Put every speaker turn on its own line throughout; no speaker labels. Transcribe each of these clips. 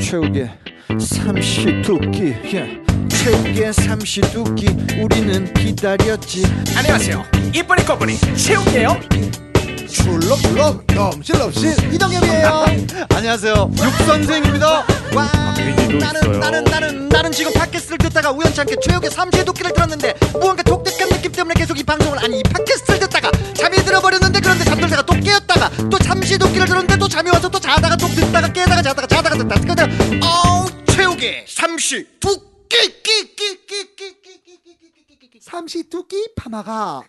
최후의 삼시두끼 예. 최후의 삼시두끼 우리는 기다렸지
안녕하세요. 이쁜이 꺼분이 채웅이에요.
출렁출렁 넘실넘실 이동엽이에요
안녕하세요 육선생입니다
와
박민희도
나는
있어요.
나는 나는 나는 지금 팟캐스트를 듣다가 우연치 않게 최욱의 삼시의 도끼를 들었는데 무언가 독특한 느낌 때문에 계속 이 방송을 아니 이 팟캐스트를 듣다가 잠이 들어버렸는데 그런데 잠들다가 또 깨었다가 또 삼시의 도끼를 들었는데 또 잠이 와서 또 자다가 또 듣다가 깨다가 자다가 자다가 듣다가 그냥 어우 최욱의 삼시 도끼 끼끼끼끼끼끼끼끼끼끼끼끼끼끼끼 삼시 도끼 파마가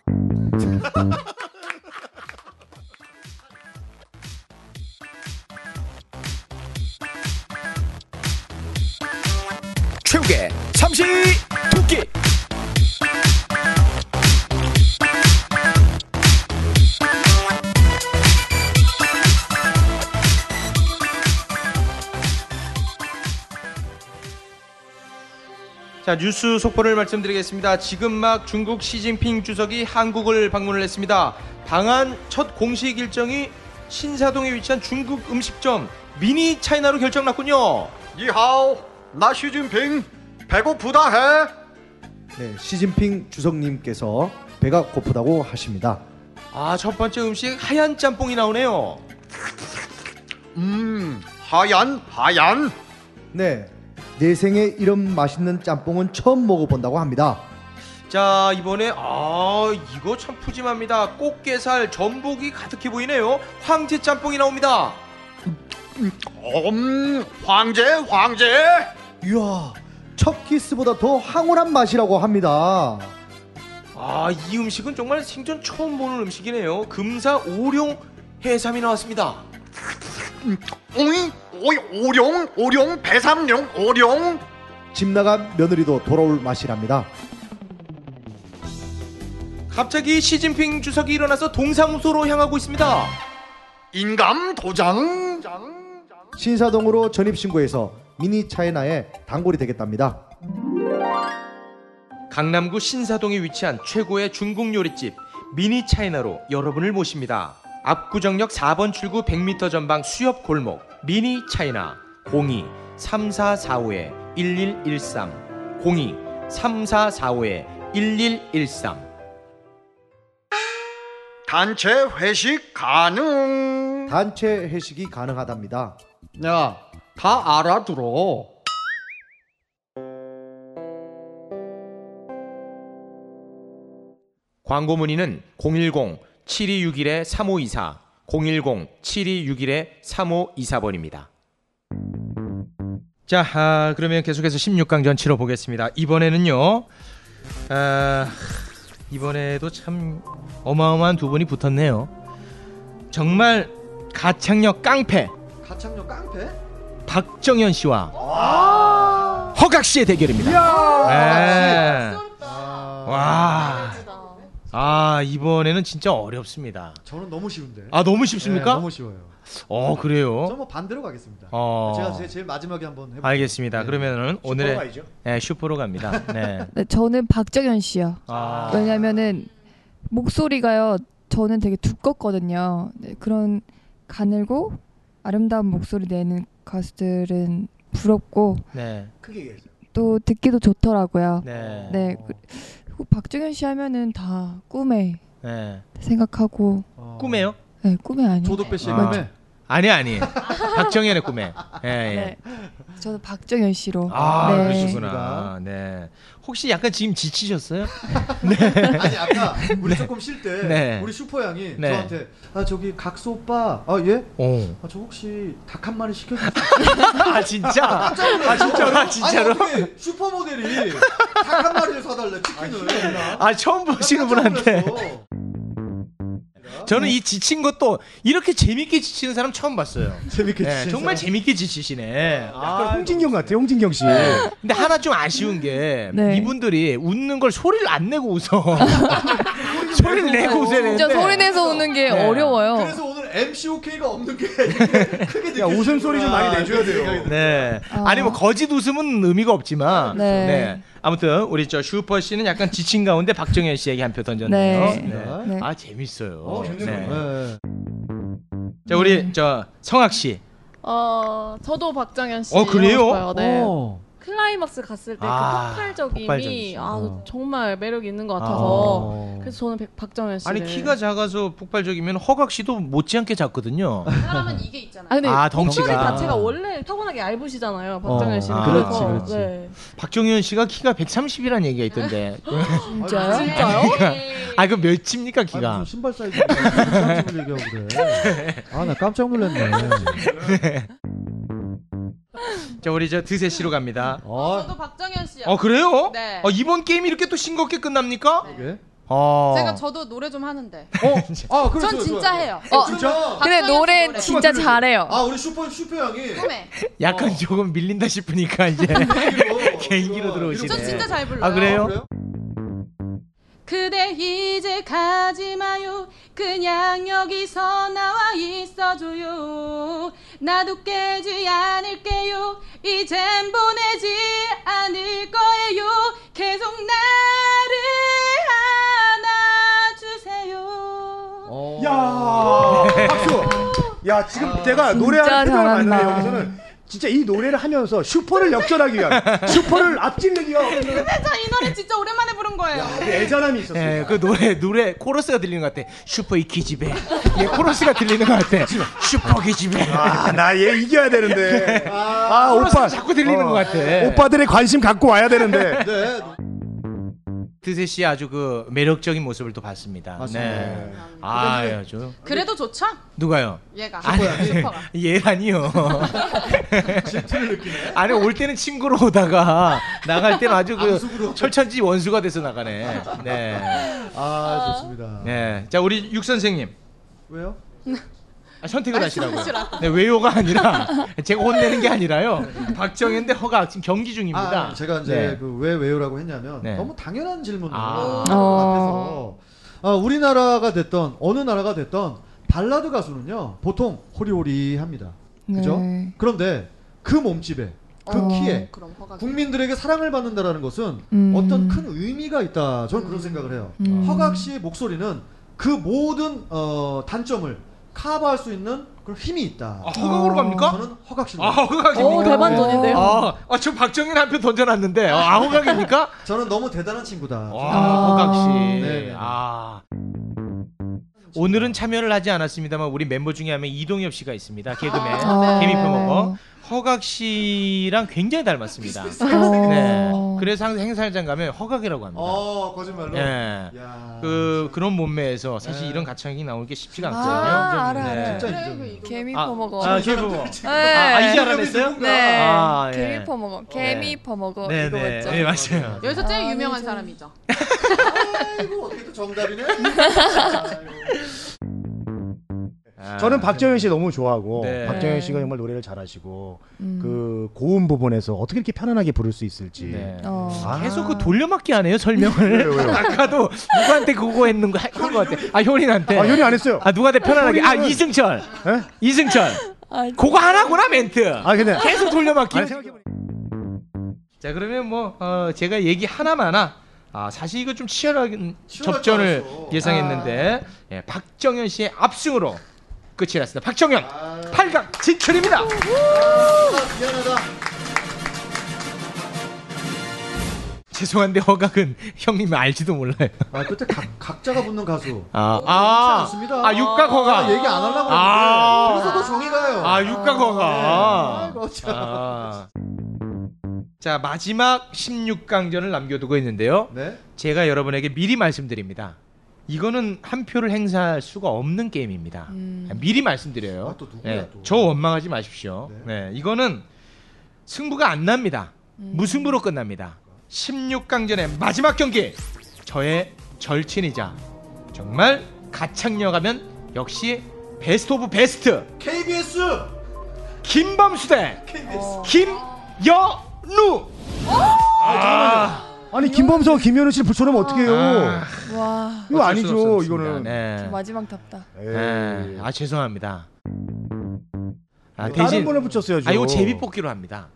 최욱의 삼시 토끼.
자 뉴스 속보를 말씀드리겠습니다. 지금 막 중국 시진핑 주석이 한국을 방문을 했습니다. 방한 첫 공식 일정이 신사동에 위치한 중국 음식점 미니 차이나로 결정났군요.
니하오 나 시진핑 배고프다 해
네, 시진핑 주석님께서 배가 고프다고 하십니다.
아 첫 번째 음식 하얀 짬뽕이 나오네요.
음 하얀 하얀
네, 내 생에 이런 맛있는 짬뽕은 처음 먹어본다고 합니다.
자 이번에 아 이거 참 푸짐합니다. 꽃게살 전복이 가득해 보이네요. 황제 짬뽕이 나옵니다.
음 황제 황제
이야, 첫 키스보다 더 황홀한 맛이라고 합니다.
아 이 음식은 정말 생전 처음 보는 음식이네요. 금사 오룡 해삼이 나왔습니다.
오이 오이 오룡 오룡 배삼룡 오룡
집 나간 며느리도 돌아올 맛이랍니다.
갑자기 시진핑 주석이 일어나서 동사무소로 향하고 있습니다.
인감 도장
신사동으로 전입신고해서 미니 차이나의 단골이 되겠답니다.
강남구 신사동에 위치한 최고의 중국 요리집 미니 차이나로 여러분을 모십니다. 압구정역 4번 출구 100m 전방 수협 골목 미니 차이나 02 3445의 1113 02 3445의 1113
단체 회식 가능
단체 회식이 가능하답니다.
야 다 알아들어
광고 문의는 010-7261-3524 010-7261-3524번입니다. 자, 아, 그러면 계속해서 16강전 치러 보겠습니다. 이번에는요. 아, 이번에도 참 어마어마한 두 분이 붙었네요. 정말 가창력 깡패
가창력 깡패
박정현 씨와 허각 씨의 대결입니다. 네.
아.
와. 아 이번에는 진짜 어렵습니다.
저는 너무 쉬운데.
아 너무 쉽습니까?
예, 너무 쉬워요.
어 그래요.
저뭐 반대로 가겠습니다.
어.
제가 네. 제, 제일 마지막에 한번 해볼게요. 어,
알겠습니다. 그러면은 오늘의 네, 슈퍼로 갑니다. 네.
네, 저는 박정현 씨요.
아,
왜냐면은 목소리가요. 저는 되게 두껍거든요. 네, 그런 가늘고 아름다운 목소리 내는 가수들은 부럽고
네.
또 듣기도 좋더라고요.
네. 네.
네. 그- 그리고 박정현 씨 하면은 다 꿈에
네.
생각하고
어.
꿈에요?
네, 꿈에 아니에요.
조덕배 씨의
아.
꿈에
아니 아니. 박정현의 꿈에. 예, 예.
네. 저는 박정현 씨로.
아
네.
그러시구나. 네. 혹시 약간 지금 지치셨어요?
아니 아까 우리 조금 쉴 때
네.
우리 슈퍼 양이
네.
저한테 아 저기 각수 오빠 아 예?
오.
아 저 혹시 닭 한 마리 시켜주세요.
아 진짜? 아 진짜로? 아 진짜로?
아니 어떻게 슈퍼 모델이 닭 한 마리를 사달래 치킨을. 아,
아 처음 보시는
아,
분한테 저는 이 지친 것도 이렇게 재밌게 지치는 사람 처음 봤어요.
재밌게
네, 정말 재밌게 지치시네. 아,
홍진경 같아요, 홍진경 씨.
근데 하나 좀 아쉬운 게
네.
이분들이 웃는 걸 소리를 안 내고 웃어. 소리를 내고 웃어야
진짜
되는데.
소리 내서 우는 게
네.
어려워요.
그래서 오늘 MCOK가 없는 게 크게 느껴.
웃음소리 좀 많이 내줘야 돼요.
네. 아니 뭐 거짓 웃음은 의미가 없지만.
어. 네.
아무튼 우리 저 슈퍼 씨는 약간 지친 가운데 박정현 씨에게 한 표 던졌네요.
네. 네.
아 재밌어요.
네.
어, 재밌네요.
자 우리 저 성학 씨.
어 저도 박정현 씨.
어, 그래요?
하고 싶어요. 네.
어.
클라이막스 갔을 때그
아,
폭발적임이
폭발적이지.
아,
어.
정말 매력이 있는 것 같아서
어.
그래서 저는 백- 박정현 씨.
아니 키가 작아서 폭발적이면 허각 씨도 못지않게 작거든요.
사람은 이게 있잖아요. 아 근데
아,
덩치
덩치가.
자체가 원래 타고나게 얇으시잖아요. 박정현
어,
씨는.
아.
그래서,
그렇지, 그렇지.
네.
박정현 씨가 키가 130이라는 얘기가 있던데.
진짜요? 네.
아 그럼 몇 칩니까
아니,
키가?
무슨 신발 사이즈 깜짝 얘기하고 그래. 아 나 깜짝 놀랐네.
자 우리 저 드세 씨로 갑니다.
어.
저도 박정현 씨요.
어 그래요?
네.
아, 이번 게임이 이렇게 또 싱겁게 끝납니까?
그게?
아.
저도 노래 좀 하는데.
아, 그래, 좋아요, 좋아요.
해요.
어,
진짜?
근데 노래 진짜 잘해요.
아, 우리 슈퍼 슈퍼 양이
꿈에.
약간
어.
조금 밀린다 싶으니까 이제
개인기로
개인기로 들어오시네.
전 네. 진짜 잘 불러요.
아 그래요?
그래요?
그대 이제 가지 마요. 그냥 여기서 나와 있어줘요. 나도 깨지 않을게요. 이젠 보내지 않을 거예요. 계속 나를 안아주세요.
야 박수. 야 지금 내가 노래하는 표정을
잘한다.
봤는데 여기서는 진짜 이 노래를 하면서 슈퍼를 역전하기 위한 슈퍼를 앞질르기 위한
진짜 이 노래 진짜 오랜만에 부른 거예요.
애잔함이 있었어요.
예, 그 노래 노래 코러스가 들리는 것 같아. 슈퍼 이키 집에. 예, 코러스가 들리는 것 같아. 슈퍼 기 집에.
아나 얘 이겨야 되는데. 아 오빠
코러스가 자꾸 들리는 것 같아.
오빠들의 관심 갖고 와야 되는데.
네.
드세 씨 아주 그 매력적인 모습을 또 봤습니다. 네. 아, 아주
그래도 좋죠?
누가요?
얘가.
아니,
네.
얘라니요. 아니 올 때는 친구로 오다가 나갈 때는 아주 그 철천지 원수가 돼서 나가네. 네.
아 좋습니다.
네. 자 우리 육 선생님.
왜요?
아, 선택을 하시라고. 네, 외요가 아니라 제가 혼내는 게 아니라요. 박정현대 허가 지금 경기 중입니다.
아, 제가 이제
네.
그 왜 왜요라고 했냐면
네.
너무 당연한 질문을
아.
어.
앞에서 아, 우리나라가 됐던 어느 나라가 됐던 발라드 가수는요 보통 호리호리합니다. 그죠?
네.
그런데 그 몸집에 그
어.
키에
그럼 허가.
국민들에게 사랑을 받는다라는 것은
음.
어떤 큰 의미가 있다. 저는 그런 생각을 해요.
음.
허각 씨의 목소리는 그 모든 어, 단점을 커버할 수 있는 그런 힘이 있다.
아, 허각으로 갑니까?
저는 허각 씨입니다.
아, 허각입니까?
어,
오, 대반전인데요.
아, 아, 저 박정현 한 표 던져놨는데 아, 허각입니까?
저는 너무 대단한 친구다.
와, 허각 씨.
아, 네.
아. 오늘은 참여를 하지 않았습니다만 우리 멤버 중에 한 명 이동엽 씨가 있습니다. 개그맨
아, 네.
개미표 먹어. 허각 씨랑 굉장히 닮았습니다.
어.
네. 그래서 항상 행사장 가면 허각이라고 합니다.
어 거짓말로.
예.
야.
그 그런 몸매에서 사실 이런 가창이 나오는 게 쉽지가 않거든요.
아, 알아,
네.
알아.
진짜
그래, 그
인정.
이거.
개미
아,
퍼먹어.
아, 개부모.
네.
아, 이제 알아냈어요?
네.
아, 예.
개미 퍼먹어. 개미 퍼먹어.
네,
이거
네.
맞죠?
네, 맞아요.
여기서 제일
아,
유명한
네, 저-
사람이죠.
아이고 어떻게 또 정답이네.
저는 박정현 씨 너무 좋아하고
아. 네.
박정현 씨가 정말 노래를 잘하시고
음.
그 고음 부분에서 어떻게 이렇게 편안하게 부를 수 있을지.
네.
어.
아.
계속 그 돌려막기 안 해요 설명을 아까도 누구한테 그거 했는 거 했던 것 같아 아 효린한테
아 효리 안 했어요.
아 누구한테 편안하게 아 이승철
예?
이승철
아,
그거 하나구나 멘트
아 근데
계속 돌려막기
아니, 생각해보니까
자 그러면 뭐 어, 제가 얘기 하나마나 아 사실 이거 좀 치열한
치열할
접전을
줄 알았어. 아.
예상했는데 예, 박정현 씨의 압승으로 끝이 났습니다 박정현 팔 8강 진출입니다
아. 미안하다.
죄송한데 허각은 형님 알지도 몰라요
아 그때 각, 각자가 붙는 가수.
아,
아,
아,
않습니다.
아 육각 허각
아, 얘기 안 하려고
아.
했는데 그래서 더 정이 가요.
아 육각어가.
네. 아이고, 그렇죠. 참.
아. 자 마지막 16강전을 남겨두고 있는데요.
네.
제가 여러분에게 미리 말씀드립니다. 이거는 한 표를 행사할 수가 없는 게임입니다.
음.
미리 말씀드려요.
아, 또 누구야,
네,
또.
저 원망하지 마십시오. 네, 이거는 승부가 안 납니다. 무승부로 끝납니다. 16강전의 마지막 경기. 저의 절친이자 정말 가창력 하면 역시 베스트 오브 베스트
KBS
김범수 대 김여루
아,
아니 김범석 김현우 씨를 불처럼 어떻게 해요?
와.
이거
아, 어쩔 수
아니죠
없었습니다.
이거는.
네.
마지막 답다.
에이.
네. 아 죄송합니다 아
예. 뭐 다른
대신
분을 붙였어야죠.
아 이거 제비뽑기로 합니다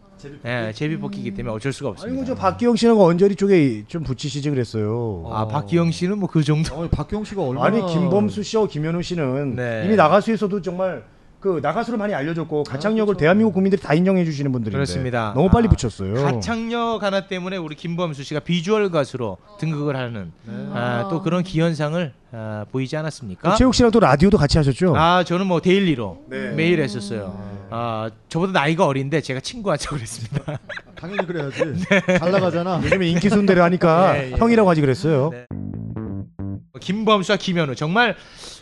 예, 제비뽑기이기 때문에 어쩔 수가 없습니다
아이고 저 박기영 씨는 언저리 쪽에 좀 붙이시지 그랬어요.
아 박기영 씨는 뭐 그 정도
어, 박경 씨가 얼마나
아니 김범수 씨와 김현우 씨는
네.
이미 나가수에서도 정말
그 나가수로 많이 알려졌고 가창력을 대한민국 국민들이 다 인정해 주시는 분들인데
아, 그렇죠. 그렇습니다.
너무 빨리
아,
붙였어요.
가창력 하나 때문에 우리 김범수 씨가 비주얼 가수로 등극을 하는
네.
아, 또 그런 기현상을 아, 보이지
어,
않았습니까?
최욱 씨랑 또 라디오도 같이 하셨죠?
아 저는 뭐 데일리로
네.
매일
음.
했었어요. 아 저보다 나이가 어린데 제가 친구하자고 그랬습니다.
당연히 그래야지.
잘 나가잖아.
요즘에 인기 순대를 하니까
네. 예, 네, 예.
형이라고 하지 그랬어요.
김범수와 김현우 정말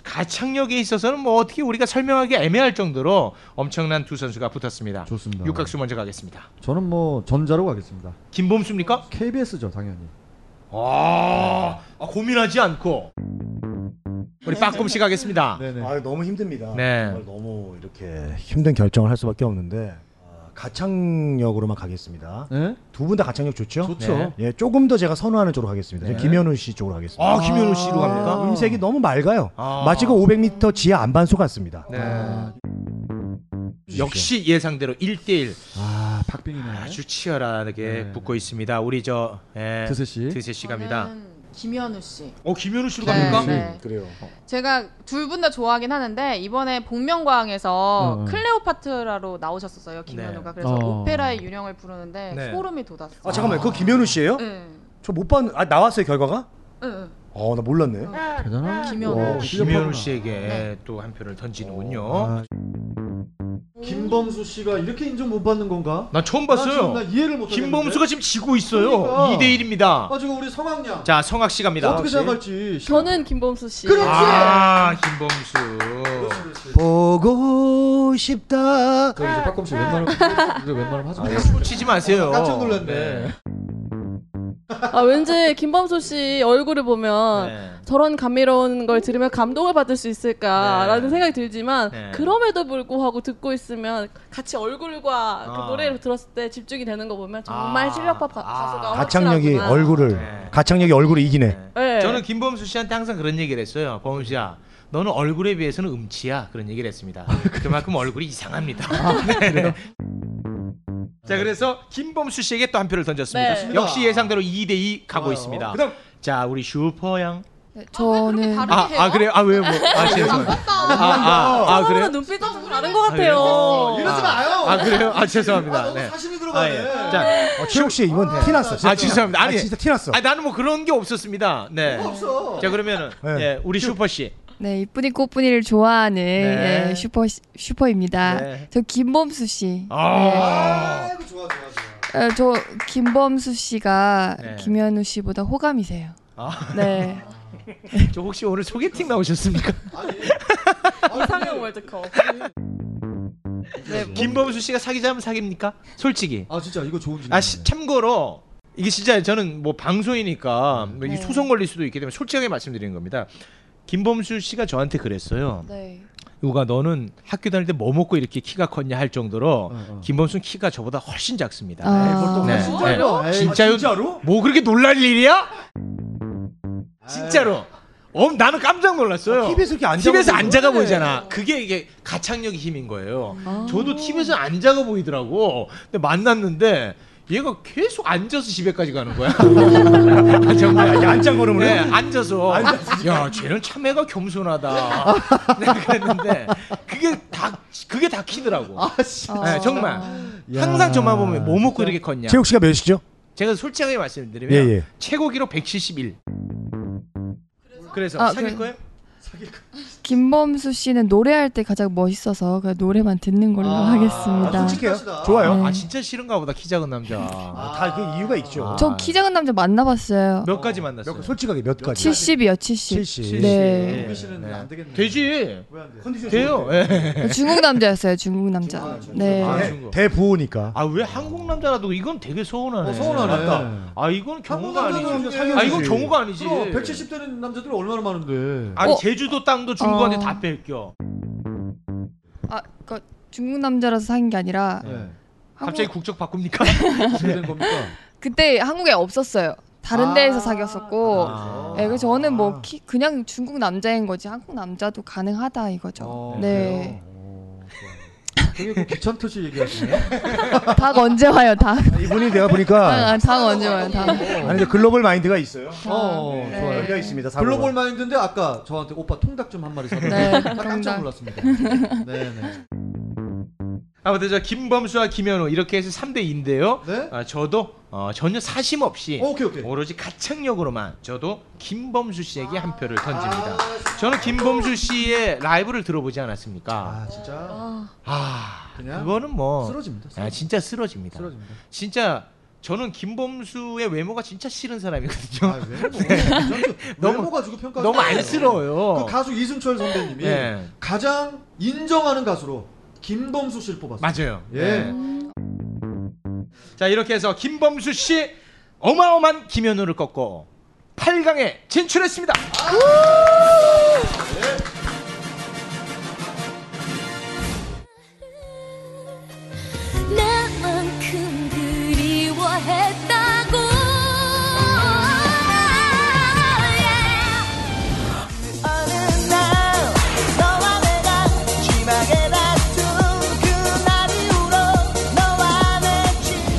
가창력에 있어서는 뭐 어떻게 우리가 설명하기 애매할 정도로 엄청난 두 선수가 붙었습니다.
좋습니다.
육각수 먼저 가겠습니다.
저는 뭐 전자로 가겠습니다.
김범수입니까?
KBS죠 당연히.
아, 아, 고민하지 않고 우리 빠꼼 씨 가겠습니다.
네.
아 너무 힘듭니다.
네.
정말 너무 이렇게
힘든 결정을 할 수밖에 없는데 아, 가창력으로만 가겠습니다.
네?
두 분 다 가창력 좋죠?
그렇죠.
좋죠. 네.
예, 조금 더 제가 선호하는 쪽으로 가겠습니다. 저는
네.
김현우 씨 쪽으로 가겠습니다.
아, 김현우 씨로 갑니까?
음색이 너무 맑아요.
아.
마치 그 500m 지하 안반수 같습니다.
네.
아,
역시 예상대로 1대1
아 박빙이네. 네.
아주 치열하게 붙고 있습니다. 우리 저 예,
드세 씨.
드세 씨 갑니다.
김현우 씨.
어 김현우 씨로
아, 네,
갑니까?
네.
그래요.
제가 둘 분 다 좋아하긴 하는데 이번에 복면가왕에서
어, 어.
클레오파트라로 나오셨었어요 김현우가
네.
그래서
어.
오페라의 윤형을 부르는데
네.
소름이 돋았어요.
아 잠깐만 그 김현우 씨예요?
네.
저 못 봤는 아 나왔어요 결과가?
응,
어나 몰랐네.
네. 대단하네. 김현우.
어, 김현우 씨에게
네.
또 한 표를 던지는군요.
어, 김범수 씨가 이렇게 인정 못 받는 건가?
나 처음
나 지금
봤어요.
나 이해를 못
김범수가 지금 지고 있어요.
그러니까.
2대 1입니다.
아 지금 우리 성악량.
자 성학 씨 갑니다.
아,
어떻게 생각할지.
저는 김범수 씨.
아 김범수.
보고 싶다.
그
저 이제 박검 씨 웬만하면 이제 웬만하면 하지 마세요.
치지 마세요.
깜짝 놀랐네.
아, 왠지 김범수 씨 얼굴을
네.
보면 저런 감미로운 걸 들으면 감동을 받을 수 있을까라는 생각이 들지만
네.
그럼에도 불구하고 듣고 있으면 같이 얼굴과 그
아.
노래를 들었을 때 집중이 되는 거 보면
아.
정말 실력파 가- 가수가
그 가창력이
확실하구나.
얼굴을
네.
가창력이 얼굴을 이기네.
네.
저는 김범수 씨한테 항상 그런 얘기를 했어요. 범수 씨야. 너는 얼굴에 비해서는 음치야 그런 얘기를 했습니다. 아, 그만큼 얼굴이 이상합니다. 네. 자 그래서 김범수 씨에게 또 한 표를 던졌습니다.
네.
역시 예상대로 2대 2 가고 있습니다. 자 우리 슈퍼양.
네, 저는
아, 아 그래요? 아 왜요? 뭐, 아 죄송해요. 아, 아, 아 그래요?
눈빛이 좀 다른 것
아, 그래요?
같아요.
이러지 마요. 아 그래요? 아 죄송합니다. 네.
사심이
들어가네. 자,
최욱 씨 이번 티났어.
아 죄송합니다. 아니
진짜 티났어.
아 나는 뭐 그런 게 없었습니다. 네.
뭐가
없어.
자 그러면은 예, 우리 슈퍼 씨.
네 이쁜이 꽃분이를 좋아하는
네.
예, 슈퍼 슈퍼입니다.
네.
저 김범수 씨.
아.
네. 어, 저 김범수 씨가
네.
김현우 씨보다 호감이세요.
아.
네.
저 혹시 오늘 소개팅 나오셨습니까?
이상형 월드컵.
김범수 씨가 사귀자면 사깁니까? 솔직히.
네, 뭐. 아 진짜 이거 좋은 질문.
아 시- 참고로 이게 진짜 저는 뭐 방송이니까 뭐 이게
네.
소송 걸릴 수도 있기 때문에 솔직하게 말씀드리는 겁니다. 김범수 씨가 저한테 그랬어요.
네.
누가 너는 학교 다닐 때 뭐 먹고 이렇게 키가 컸냐 할 정도로
어,
김범수는 키가 저보다 훨씬 작습니다.
아. 에이, 보통
네.
진짜요?
아,
네.
에이,
진짜요?
진짜로?
뭐 그렇게 놀랄 일이야? 진짜로. 어, 나는 깜짝 놀랐어요.
아, TV에서 이렇게 안 작아
TV에서 안 작아
보이네.
보이잖아. 그게 이게 가창력의 힘인 거예요. 저도 TV에서 안 작아 보이더라고. 근데 만났는데 얘가 계속 앉아서 집에까지 가는 거야. 아, 정말
이렇게 앉짱걸음을
네,
해요?
앉아서.
앉아서.
야, 쟤는 참애가 겸손하다. 내가 그랬는데 그게 다 그게 다 키더라고.
아.
네, 정말. 항상 저만 보면 뭐 먹고 이렇게 컸냐.
아, 최욱 씨가 몇이죠?
제가 솔직하게 말씀드리면
예, 예.
최고 기록 171. 그래서
아,
사귈
그래.
거예요?
김범수 씨는 노래할 때 가장 멋있어서 그냥 노래만 듣는 걸로
아,
아,
하겠습니다.
좋아요.
네.
아 진짜 싫은가 보다 키 작은 남자.
아,
다
그 이유가
아,
있죠.
저 키 작은 남자 만나봤어요.
몇 가지 만났어요?
솔직하게 몇 가지?
70이요, 70.
70.
네.
되지.
컨디션
돼요. 예.
중국 남자였어요, 중국 남자. 네.
아,
대-
중국.
대부호니까.
아 왜 한국 남자라도 이건 되게 서운하네.
어, 서운하네.
맞다. 아 이건 경우가
남자도 남자
아니지.
사귀어야지.
아 이건 경우가 아니지.
그럼 170 되는 남자들이 얼마나 많은데.
아니 제주도 땅도 중국한테
어.
다 뺏겨.
아, 그 중국 남자라서 사귄 게 아니라
갑자기 국적 바꿉니까?
그때 한국에 없었어요. 다른 데에서 사귀었었고,
아.
어.
예, 그래서 저는 뭐 키, 그냥 중국 남자인 거지 한국 남자도 가능하다 이거죠. 네.
되게 그 귀찮듯이 얘기하시네요.
닭 언제 와요 닭?
이분이 내가 보니까
아, 네. 닭 언제 와요 닭?
아니 근데 글로벌 마인드가 있어요.
어,
네.
좋아요.
열려 있습니다. 사고가.
글로벌 마인드인데 아까 저한테 오빠 통닭 좀 한 마리 사달라고 네,
네,
깜짝 놀랐습니다. 네, 네.
아무튼 저 김범수와 김현우 이렇게 해서 3대 2인데요.
네?
아, 저도 어, 전혀 사심 없이 오로지 가창력으로만 저도 김범수 씨에게 한
아,
표를 던집니다. 저는 김범수 씨의 라이브를 들어보지 않았습니까? 아,
진짜.
아,
그냥
그거는 뭐
쓰러집니다,
아, 진짜 쓰러집니다. 진짜 저는 김범수의 외모가 진짜 싫은 사람이거든요.
외모?
네.
뭐, 외모 가지고 평가
너무 안쓰러워요.
그 가수 이승철 선배님이
네.
가장 인정하는 가수로 김범수 씨를 뽑았어요.
맞아요.
예.
네. 자 이렇게 해서 김범수 씨 어마어마한 김현우를 꺾고 8강에 진출했습니다.
나만큼 그리워했다고 어느 날 너와 내가 심하게 다툰 그날 이후로 너와 내 친구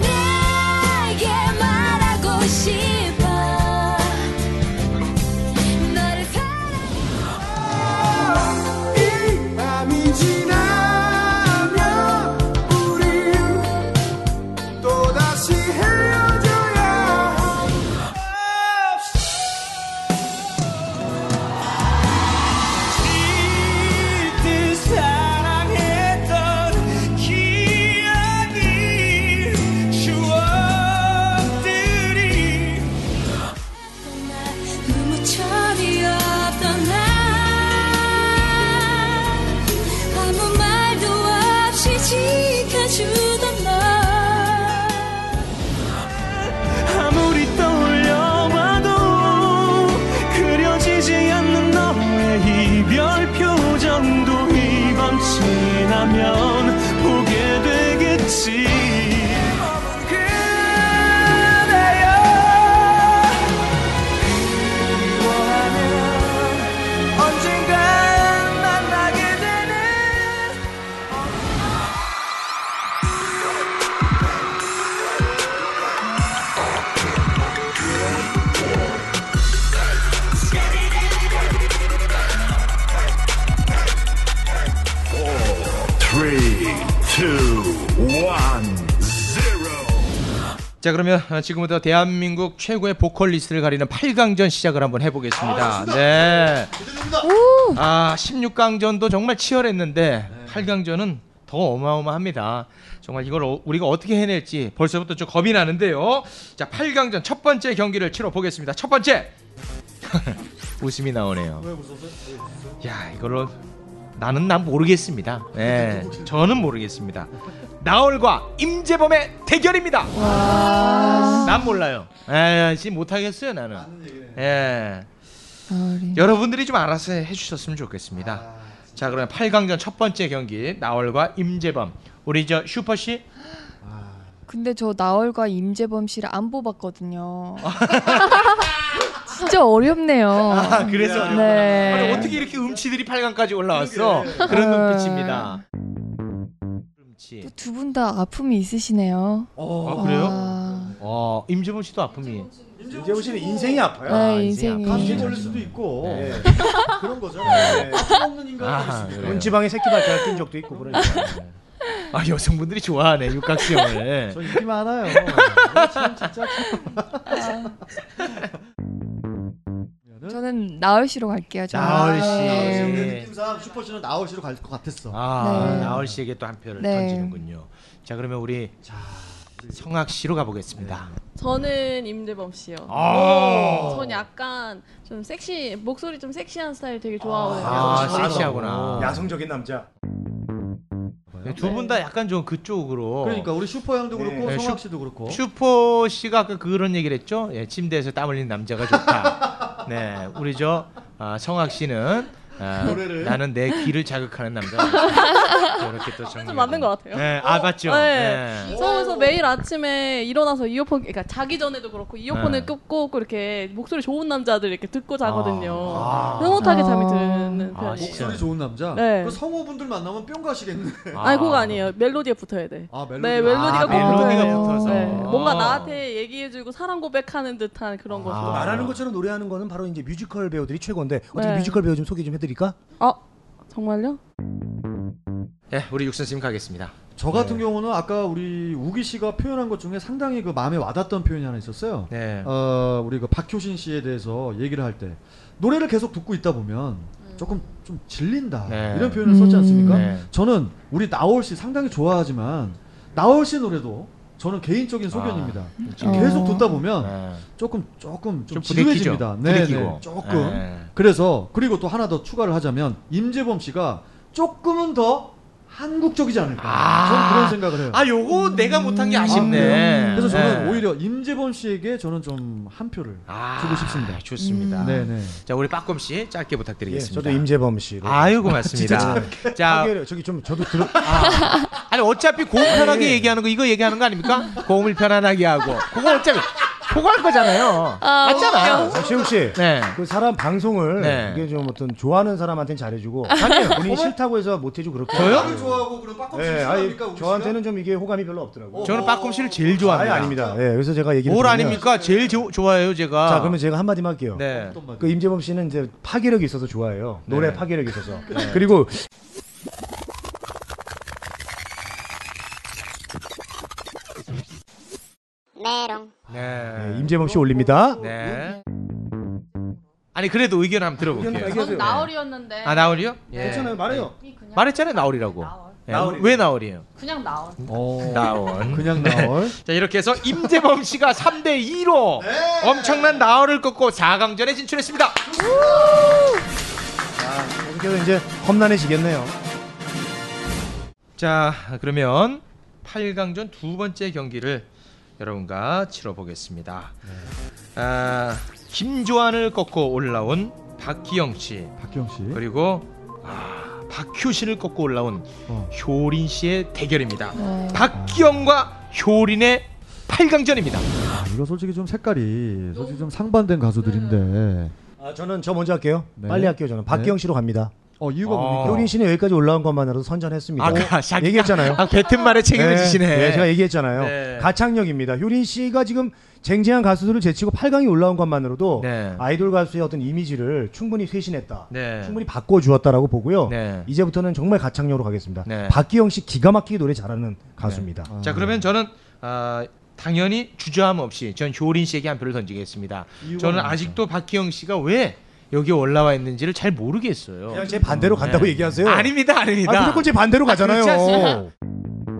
내게 말하고 싶어 너를 사랑해
밤이 지나면 우린 또다시 헤어져야 지듯 사랑했던 기억이 추억들이
무철이었던 날 아무 말도 없이 지켜주던 너
아무리 떠올려봐도 그려지지 않는 너의 이별 표정도 이번 지나면 보게 되겠지 그대여 그리워하면 언젠간 만나게 되는
자 그러면 어, 지금부터 대한민국 최고의 보컬리스트를 가리는 8강전 시작을 한번
아,
해보겠습니다. 네. 오. 아 16강전도 정말 치열했는데
네.
8강전은 더 어마어마합니다. 정말 이걸 어- 우리가 어떻게 해낼지 벌써부터 좀 겁이 나는데요. 자 8강전 첫 번째 경기를 치러 보겠습니다. 첫 번째 웃음이 나오네요.
왜 웃었어요? 네.
야 이걸로 나는 난 모르겠습니다. 예, 저는 모르겠습니다. 나얼과 임재범의 대결입니다. 난 몰라요. 예, 지금 못하겠어요 나는. 예,
아,
여러분들이 좀 알아서 해주셨으면 좋겠습니다. 자 그러면 8강전 첫 번째 경기 나얼과 임재범 우리 저 슈퍼 씨
근데 저 나얼과 임재범 씨를 안 뽑았거든요. 진짜 어렵네요.
아, 그래서 어렵구나.
네.
아니, 어떻게 이렇게 음치들이 8강까지 올라왔어? 그런
아.
눈빛입니다. 음치.
두 분 다 아픔이 있으시네요.
어,
어,
아 그래요? 어 임재범 씨도 아픔이.
임재범
음.
씨는 인생이 아파요.
네, 아, 인생이 인생이. 아파요.
감기 걸릴 수도 있고
네.
그런 거죠. 네.
아픔없는 인간이
아,
있습니다.
그래요.
눈지방에 새끼 발가락 낀 적도 있고 그러니까.
네.
아 여성분들이 좋아하네 육각수 형을.
저 인기 많아요.
네,
참 진짜
네.
참.
저는 나얼 씨로 갈게요. 저는.
나얼 씨.
네.
그
내 느낌상 슈퍼 씨는 나올 씨로 갈 것 같았어.
아
네.
나얼 씨에게 또 한 표를
네.
던지는군요. 자 그러면 우리 성악 씨로 가보겠습니다.
저는 임대범 씨요.
아.
전 약간 좀 섹시 목소리 좀 섹시한 스타일 되게 좋아하거든요.
아,
잘하다.
섹시하구나. 네,
야성적인 남자.
두 분 다 약간 좀 그쪽으로.
그러니까 우리 슈퍼 형도
네.
그렇고
네,
성악
슈-
씨도 그렇고.
슈퍼 씨가 아까 그런 얘기를 했죠. 예, 침대에서 땀 흘린 남자가 좋다. 네, 우리 저 아, 성악 씨는 아,
노래를.
나는 내 귀를 자극하는 남자. 이렇게 또 정리.
좀 맞는 것 같아요.
네, 아 맞죠.
네.
네.
저 그래서 매일 아침에 일어나서 이어폰, 그러니까 자기 전에도 그렇고 이어폰을
네.
끄고 꼭 이렇게 목소리 좋은 남자들 이렇게 듣고 자거든요.
아.
흐뭇하게
아.
잠이 드는
아,
편이에요.
목소리 좋은 남자.
네.
그 성우분들 만나면 뿅 가시겠네.
아니 그거 아니에요. 멜로디에 붙어야 돼.
아, 멜로디.
네, 멜로디가
아,
꼭
멜로디가
붙어요.
붙어서.
네, 뭔가
아.
나한테 얘기해주고 사랑 고백하는 듯한 그런
아.
거죠.
말하는 것처럼 노래하는 거는 바로 이제 뮤지컬 배우들이 최고인데 어떻게
네.
뮤지컬 배우 좀 소개 좀 해드릴까?
어 정말요?
예, 우리 육선생님 가겠습니다.
저
네.
같은 경우는 아까 우리 우기 씨가 표현한 것 중에 상당히 그 마음에 와닿던 표현이 하나 있었어요.
네.
어, 우리 그 박효신 씨에 대해서 얘기를 할 때 노래를 계속 듣고 있다 보면 조금 좀 질린다
음. 네.
이런 표현을
음.
썼지 않습니까?
네.
저는 우리 나올 씨 상당히 좋아하지만 나올 씨 노래도 저는 개인적인 소견입니다.
그렇죠.
계속
어.
듣다 보면
아, 네.
조금 조금 좀,
좀 부대끼죠.
지루해집니다. 네, 네,
부대끼고.
조금.
네.
그래서 그리고 또 하나 더 추가를 하자면 임재범 씨가 조금은 더 한국적이지 않을까. 저는 그런 생각을 해요.
아, 요거 내가 못한 게 아쉽네.
그래요? 그래서 저는
네. 아.
오히려 임재범 씨에게 저는 좀 한 표를 주고 싶습니다.
좋습니다.
네네.
자, 우리 빠꼼 씨 짧게 부탁드리겠습니다. 네.
예, 저도 임재범 씨로.
아유, 고맙습니다.
진짜
자.
하게 네, 저기 좀 저도 들어.
아니 어차피 고음 편하게
예.
얘기하는 거 이거 얘기하는 거 아닙니까? 고음을 편안하게 하고 그거 어차피 포괄 거잖아요. 어,
아,
맞잖아.
시욱 씨,
네.
그 사람 방송을
네.
이게 좀 어떤 좋아하는 사람한테 잘해주고
아니에요. 정말?
본인이 싫다고 해서 못해주고 그렇게.
저요?
하는
나를
거예요.
좋아하고 그럼 빠꼼 씨
예,
싫어합니까,
아니, 저한테는 좀 이게 호감이 별로 없더라고요.
저는 빠꼼 씨를 제일 좋아합니다.
아예 아닙니다. 예, 그래서 제가 얘기를.
뭘
드리면-
아닙니까? 제일 조- 좋아해요 제가.
자, 그러면 제가 한마디만 할게요.
네.
그 임재범 씨는 이제 파괴력이 있어서 좋아해요. 노래 파괴력이 있어서.
네.
그리고
메롱
네.
네, 임재범 씨 올립니다.
네. 아니 그래도 의견 한번 들어볼게요.
전 나얼이었는데.
아 나올이요? 예.
괜찮아요. 말해요.
말했잖아요 나올이라고. 예,
나얼이.
왜 나올이에요?
그냥 나얼.
나올.
그냥 나올.
자 이렇게 해서 임재범 씨가 3대 2로 엄청난 나올을 꺾고 4강전에 진출했습니다.
그래서 이제 험난해지겠네요.
자, 그러면 8강전 두 번째 경기를 여러분과 치러보겠습니다. 아, 김조한을 꺾고 올라온 박기영 씨,
박기영 씨.
그렇죠.
네?
그리고 아, 박효신을 꺾고 올라온
어.
효린 씨의 대결입니다. 박기영과 효린의 8강전입니다.
아, 이거 솔직히 좀 색깔이 솔직히 좀 상반된
네.
가수들인데.
아, 저는 저 먼저 할게요.
네.
빨리 할게요. 저는 박기영
네.
씨로 갑니다.
어 이유가 뭡니까?
효린 씨는 여기까지 올라온 것만으로도 선전했습니다.
아까 자기가-
얘기했잖아요.
아, 뱉은말에 책임을
네,
지시네.
네, 제가 얘기했잖아요.
네.
가창력입니다. 효린 씨가 지금 쟁쟁한 가수들을 제치고 8강에 올라온 것만으로도
네.
아이돌 가수의 어떤 이미지를 충분히 쇄신했다.
네.
충분히 바꿔주었다라고 보고요.
네.
이제부터는 정말 가창력으로 가겠습니다.
네.
박기영 씨 기가 막히게 노래 잘하는 가수입니다.
자, 그러면 저는 아, 당연히 주저함 없이 전 효린 씨에게 한 표를 던지겠습니다.
이유가
저는
뭡니까?
아직도 박기영 씨가 왜 여기 올라와 있는지를 잘 모르겠어요.
그냥 제 반대로 간다고
네.
얘기하세요.
아닙니다, 아닙니다.
아, 무조건 제 반대로 가잖아요.
그렇지 않습니까?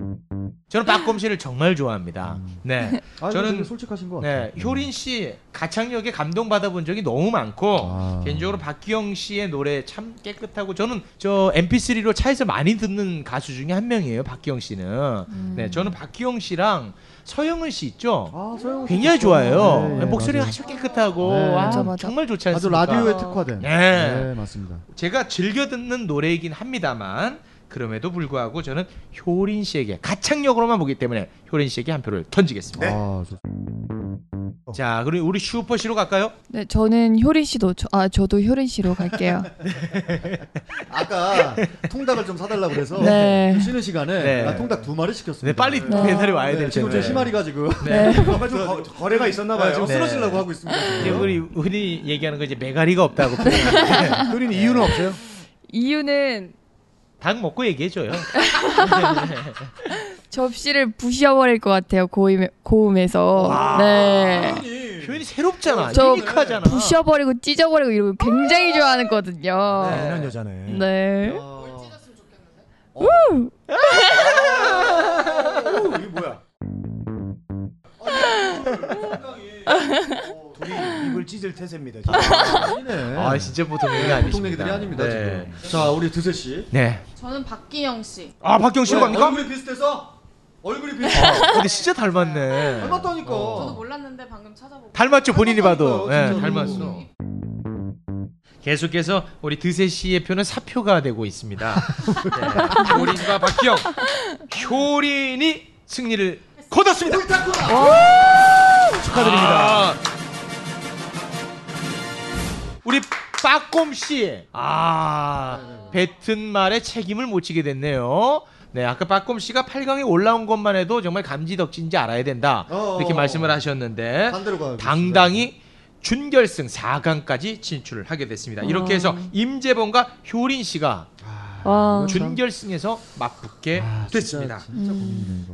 저는 박검 씨를 정말 좋아합니다.
음.
네,
아,
저는
저는 솔직하신 것 같아요.
네, 효린 씨 가창력에 감동받아본 적이 너무 많고
아.
어.
개인적으로 박기영 씨의 노래 참 깨끗하고 저는 저 MP3로 차에서 많이 듣는 가수 중에 한 명이에요. 박기영 씨는 네, 저는 박기영 씨랑 서영은 씨 있죠.
음. 아, 서영
굉장히 좋아요.
네, 네,
목소리가
맞아요.
아주 깨끗하고
네.
아,
맞아, 맞아.
정말 좋지
아주
않습니까?
라디오에 특화된.
네.
네, 맞습니다.
제가 즐겨 듣는 노래이긴 합니다만 그럼에도 불구하고 저는 효린 씨에게 가창력으로만 보기 때문에 효린 씨에게 한 표를 던지겠습니다.
아, 좋...
자, 그리고 우리 슈퍼 씨로 갈까요?
네, 저는 효린 씨도 저, 아 저도 효린 씨로 갈게요.
아까 통닭을 좀 사달라 그래서
네.
좀 쉬는 시간에
네.
나 통닭 두 마리 시켰습니다. 네,
네, 빨리 배달이 와야 될
지금 제
텐데.
희마리가 지금
네.
아마 좀
거- 거래가 있었나 봐요.
지금
네.
쓰러지려고 하고 있습니다.
이제 우리 흔히 얘기하는 거 이제 메가리가 없다고.
효린 이유는 없어요?
이유는
닭 먹고 얘기해 줘요.
접시를 부셔버릴 것 같아요 고음 고음에서. 네.
효린이 새롭잖아.
저
유니크하잖아.
부셔버리고 찢어버리고 이러고 굉장히 좋아하는거든요.
장난 여자네.
네. 우!
이게 뭐야? 둘이
네.
입을 찢을 태세입니다. 지금.
아, 진짜 보통 얘기 아니십니다.
보통 얘기들이 아닙니다.
네.
지금. 자, 우리 드세 씨.
네.
저는 박기영 씨.
아, 박기영 씨로
왜?
갑니까?
얼굴이 비슷해서 얼굴이 비슷.
아, 근데 진짜 닮았네.
닮았다니까.
어.
저도 몰랐는데 방금 찾아보고.
닮았죠 본인이 봐도.
닮았다니까요,
예,
진짜로.
닮았어. 계속해서 우리 드세 씨의 표는 사표가 되고 있습니다. 네. 효린과 박기영. 효린이 승리를 거뒀습니다. 축하드립니다. 우리 빠꼼 씨. 아, 뱉은 말에 책임을 못 지게 됐네요. 네, 아까 박곰 씨가 8강에 올라온 것만 해도 정말 감지덕진지 알아야 된다.
어,
이렇게
어.
말씀을 하셨는데
반대로 가요.
당당히 준결승 4강까지 진출을 하게 됐습니다. 이렇게
아.
해서 임재범과 효린 씨가
와.
준결승에서 맞붙게 됐습니다.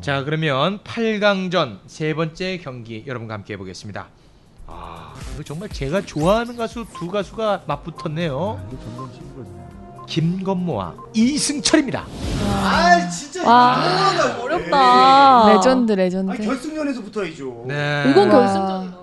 자, 그러면 8강전 세 번째 경기 여러분과 함께 해 보겠습니다. 아, 이거 정말 제가 좋아하는 가수 두 가수가 맞붙었네요. 김건모와 이승철입니다.
아 진짜
와.
뭐
이거는
어렵다.
아.
레전드, 레전드. 아.
아니, 결승전에서 붙어야죠.
네.
이건
와.
결승전이다.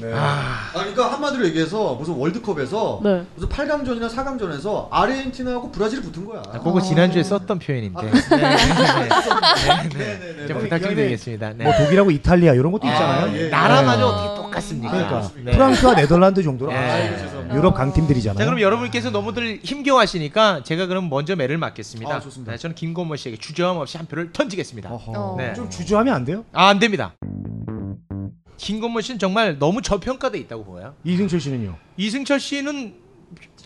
네. 아, 그러니까 한마디로 얘기해서 무슨
어,
월드컵에서
네.
무슨 8강전이나 4강전에서 아르헨티나하고 브라질이 붙은 거야.
아, 그거 지난주에 썼던 표현인데. 네, 네, 네, 네. 좀 부탁 좀 드리겠습니다. 네.
뭐 독일하고 이탈리아 이런 것도 있잖아요.
예, 예. 나라마저
네.
어떻게 똑같습니까?
그러니까
네.
프랑스와 네덜란드 정도로
예. 아이고, 죄송합니다.
유럽
자,
강팀들이잖아요.
그럼 여러분께서 너무들 힘겨워하시니까 제가 그럼 먼저 매를 맞겠습니다.
아,
좋습니다. 저는 김건모 씨에게 주저함 없이 한 표를 던지겠습니다.
어,
네.
좀 주저하면 안 돼요?
아, 안 됩니다. 김건모 씨는 정말 너무 저평가돼 있다고 보여요.
이승철 씨는요?
이승철 씨는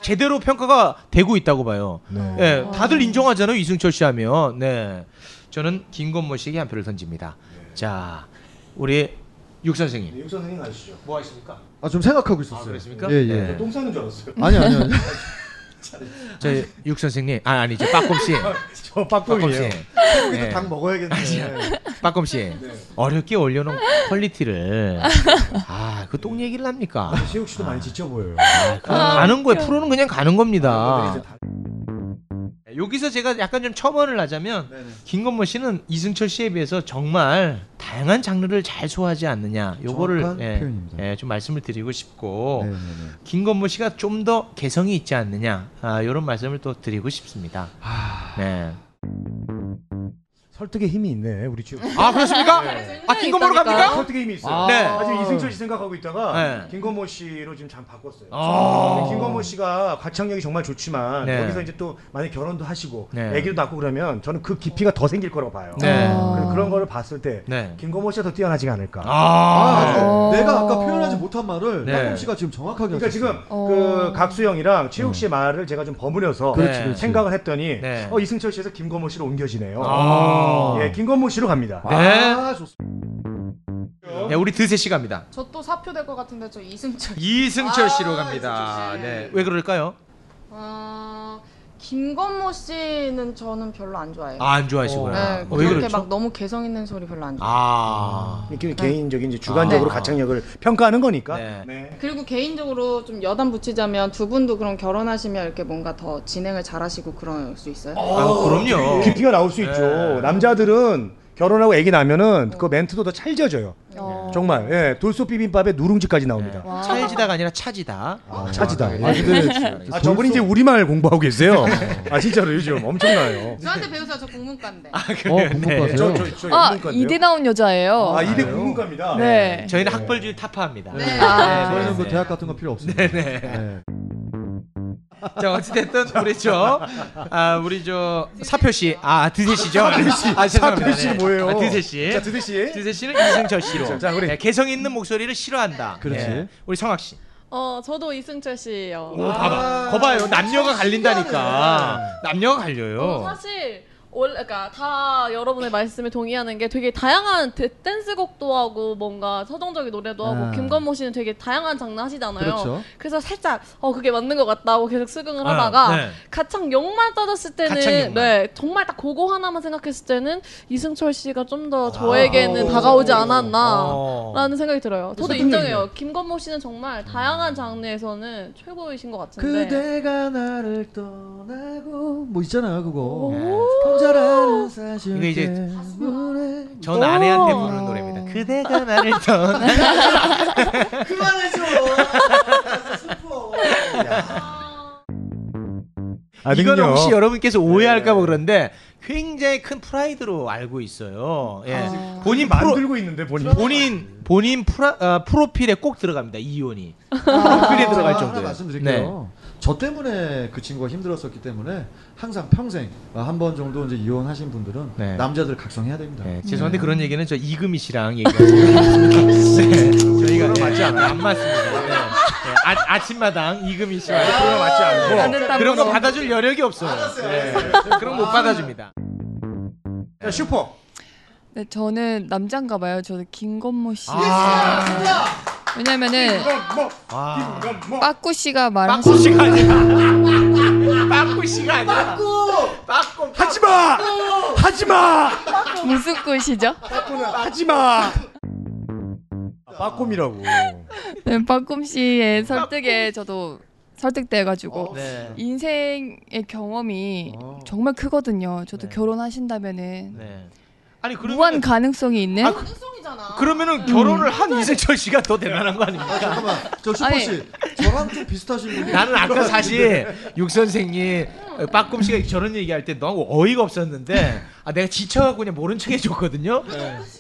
제대로 평가가 되고 있다고 봐요.
네.
예, 다들 인정하잖아요. 이승철 씨 하면. 네. 저는 김건모 씨에게 한 표를 던집니다. 자, 우리 육
네,
선생님.
육 선생님 가시죠.
뭐 하십니까?
아, 좀 생각하고 있었어요.
아, 그랬습니까?
예, 예.
네.
똥 싸는 줄 알았어요.
아니, 아니, 아니.
저희 육 선생님. 아, 아니죠. 빠꼼 씨.
저 빠꼼이에요.
태국에도
예.
닭 먹어야겠네.
빠꼼 씨. 어렵게 올려놓은 퀄리티를 아, 그 똥 얘기를 합니까?
세욱 씨도 많이 지쳐 보여요.
가는 거예요. 프로는 아, 그냥 가는 겁니다. 여기서 제가 네, 약간 좀 첨언을 하자면 김건모 씨는 이승철 씨에 비해서 정말 다양한 장르를 잘 소화하지 않느냐. 요거를
정확한
예,
표현입니다. 네.
예, 좀 말씀을 드리고 싶고 김건모 씨가 좀 더 개성이 있지 않느냐. 아, 요런 말씀을 또 드리고 싶습니다.
아.
네.
설득의 힘이 있네 우리 쪽.
아, 그렇습니까?
네.
아, 김건모로 갑니까?
설득의 힘이 있어요.
아. 네.
아, 지금 이승철 씨 생각하고 있다가
네.
김건모 씨로 지금 잠 바꿨어요.
아.
근데 네, 김건모 씨가 가창력이 정말 좋지만
네.
여기서 이제 또 만약 결혼도 하시고
네.
아기도 낳고 그러면 저는 그 깊이가 더 생길 거라고 봐요.
네.
아.
그래서 그런 거를 봤을 때
네.
김건모 씨가 더 뛰어나지 않을까.
아.
네.
어.
내가 아까 표현하지 못한 말을
네.
박범 씨가 지금 정확하게
그러니까
하셨어요.
지금 그 각수 형이랑 최욱 씨 말을 제가 좀 버무려서
그렇지, 그렇지.
생각을 했더니
네.
어, 이승철 씨에서 김건모 씨로 옮겨지네요.
아.
예, 김건모 씨로 갑니다.
네.
아, 좋습니다.
네, 우리 드세 씨 갑니다.
저 또 사표 될 것 같은데 저 이승철.
이승철 씨로
아,
갑니다. 네. 왜 그럴까요?
어, 김건모 씨는 저는 별로 안 좋아해요.
아, 안 좋아하시구나.
네,
어, 왜
그렇게
그렇죠?
막 너무 개성 있는 소리 별로 안 좋아.
아.
이렇게 그 개인적인 이제 주관적으로
아.
가창력을 네. 평가하는 거니까.
그리고 개인적으로 좀 여담 붙이자면 두 분도 그럼 결혼하시면 이렇게 뭔가 더 진행을 잘하시고 그럴 수 있어요?
아,
아,
그럼요.
깊이가 나올 수 있죠. 남자들은 결혼하고 아기 나면은
어.
그 멘트도 더 찰져져요. 정말 예, 돌솥 비빔밥에 누룽지까지 나옵니다.
네. 찰지다가 아니라 차지다. 어, 네.
아, 차지다. 네. 아,
정확하게.
근데 아, 저분이 이제 우리말 공부하고 계세요. 아 진짜로 요즘 엄청나요.
네.
저한테 배우세요. 저 국문과인데.
아,
네.
어,
네.
공부하세요? 저, 저, 저
아,
연극과인데요?
이대 나온 여자예요.
아, 이대 국문과입니다.
네.
저희는 학벌주의 타파합니다.
네.
아, 저희는 그 대학 같은 거 필요 없습니다.
네네. 자 어찌됐든 우리 저 아, 우리 저 사표 씨, 아 드세 씨죠?
사표 씨.
아 죄송합니다.
사표 씨 뭐예요?
아, 드세 씨.
자, 드세 씨.
드세 씨는 이승철 씨로.
자, 우리.
네, 개성 있는 목소리를 싫어한다.
그렇지.
예. 우리 성학 씨.
어, 저도 이승철 씨예요.
아,
오, 봐봐. 거봐요. 남녀가 갈린다니까. 남녀가 갈려요.
어, 사실 원래 그러니까 다 여러분의 말씀에 동의하는 게 되게 다양한 데- 댄스곡도 하고 뭔가 서정적인 노래도 하고
아.
김건모 씨는 되게 다양한 장르 하시잖아요.
그렇죠.
래서 살짝 어 그게 맞는 것 같다고 계속 수긍을
아,
하다가
네.
가창 역만 따졌을 때는
가창력만.
네 정말 딱 그거 하나만 생각했을 때는 이승철 씨가 좀 더 저에게는 다가오지
아,
어.
않았나라는 생각이 들어요. 저도
설득력이네.
인정해요. 김건모 씨는 정말 다양한 장르에서는 최고이신 것 같은데.
그대가 나를 떠나고 뭐 있잖아요 그거.
네.
혼자라는 사실.
이거 이제
때문에
전 아내한테 부르는 노래입니다. 그대가 나를 떠나.
그만해줘. 슬퍼.
아,
이거는
능력. 네.
혹시 여러분께서 오해할까 봐 그런데 굉장히 큰 프라이드로 알고 있어요. 예. 본인 프로,
아. 만들고 있는데 본인.
본인 본인 프라, 아, 프로필에 꼭 들어갑니다. 이혼이 프로필에 들어갈
제가 아, 하나
정도예요.
말씀드릴게요.
네.
저 때문에 그 친구가 힘들었었기 때문에 항상 평생 한 번 정도 이제 이혼하신 분들은
네.
남자들 각성해야 됩니다.
네, 죄송한데 그런 얘기는 저 이금희 씨랑 얘기하시는 네, 저희가
맞지
예,
않아요?
안 맞습니다. 예. 예, 아, 아침마당 이금희 씨와
아,
그거 맞지 않고
안 된다고.
그런 거 받아줄 여력이 없어요. 네. 그런 거 못 받아줍니다.
자, 슈퍼.
네, 저는 남자인가 봐요. 저는 김건모 씨.
아.
왜냐면은
아.
빠꾸 씨가 말하신
빠꾸 씨가 아니라 빠꾸 씨가 아니라
빠꾸
하지마 하지마
무슨 꿀시죠?
하지마 빠꼼이라고.
네, 빠꿈 씨의 설득에 저도 설득돼가지고
네.
인생의 경험이 정말 크거든요. 저도 결혼하신다면은
네. 아니
무한 가능성이 있는.
네. 그러면은 결혼을 한 이승철 씨가 더 대단한 거 아닙니까? 잠깐만.
저 슈퍼 씨 저랑 좀 비슷하신 분이
나는 아까 사실 육 선생님 어, 빠꼼 씨가 저런 얘기할 때 너무 어이가 없었는데 아, 내가 지쳐갖고 그냥 모른 척 해줬거든요.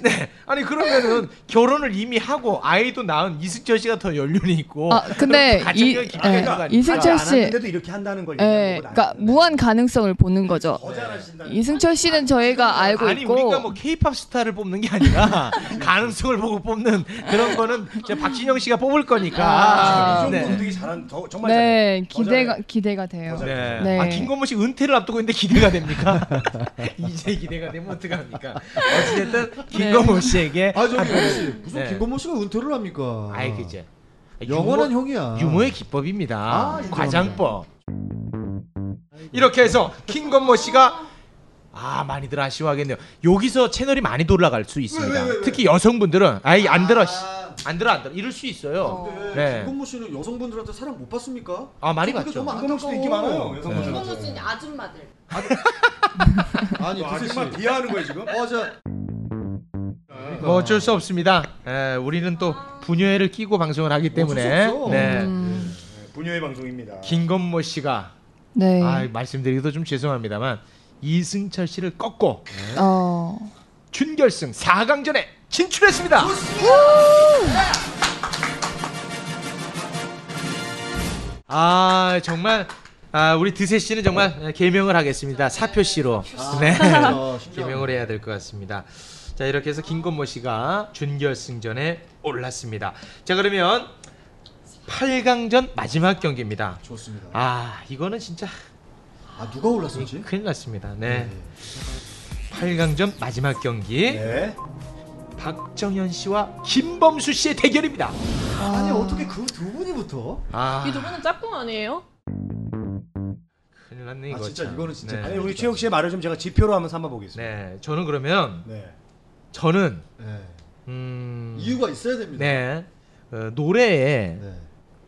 네. 아니 그러면은 결혼을 이미 하고 아이도 낳은 이승철 씨가 더 연륜이 있고.
아 근데 이
어, 가정력이 깊은
예,
거 아닙니까?
이승철 씨,
이렇게 한다는 걸
예, 그러니까 무한 가능성을 보는 거죠. 이승철 씨는 저희가 알고
아니
있고
우리가 뭐 케이팝 스타를 뽑는 게 아니라 가능성을 보고 뽑는 그런 거는 저 박진영 씨가 뽑을 거니까.
아,
네.
되게 잘한 더, 정말
네 기대가 기대가 돼요.
네.
네.
아, 김건모 씨 은퇴를 앞두고 있는데 기대가 됩니까? 이제 기대가 되면 어떡합니까? 어쨌든 김건모
네.
씨에게
아 저기
한번-
형 씨, 무슨
네.
김건모 씨가 은퇴를 합니까?
아이 그제
영원한
유머-
형이야.
유머의 기법입니다.
아, 인정합니다.
과장법. 이렇게 해서 김건모 씨가 아 많이들 아쉬워하겠네요. 여기서 채널이 많이 돌아갈 수 있습니다. 특히 여성분들은 아이 안 들어 씨. 안 들어 안 들어 이럴 수 있어요.
네.
네.
김건모 씨는 여성분들한테 사랑 못 받습니까?
아, 많이
그게
받죠.
너무 안타까워.
김건모 씨도 인기 많아요, 여성분들한테.
김건모 씨는 아줌마들.
아니 두세 씨
정말 비하하는 거예요 지금?
어, 저
뭐 어쩔 수 없습니다. 에, 우리는 또 분녀회를 끼고 방송을 하기 때문에
없죠.
네.
분녀의 방송입니다.
김건모 씨가
네.
아, 말씀드리기도 좀 죄송합니다만 이승철 씨를 꺾고
어.
준결승 4강전에 진출했습니다. 아 정말 아, 우리 드세 씨는 정말 개명을 하겠습니다. 사표 씨로 네.
심지어,
개명을 해야 될 것 같습니다. 자 이렇게 해서 김건모 씨가 준결승전에 올랐습니다. 자 그러면 8강전 마지막 경기입니다.
좋습니다.
아 이거는 진짜
아 누가 올랐었지?
큰일 났습니다. 네. 8강전 마지막 경기.
네.
박정현 씨와 김범수 씨의 대결입니다.
아니 어떻게 그 두 분이 붙어?
아,
이 두 분은 짝꿍 아니에요?
큰일 났네
아,
이거.
아, 진짜
참.
이거는 진짜
네.
아니 우리 최혁 씨의 말을 좀 제가 지표로 한번 삼아 보겠습니다.
네, 저는 그러면
네.
저는
네.
음,
이유가 있어야 됩니다.
네 어, 노래에
네.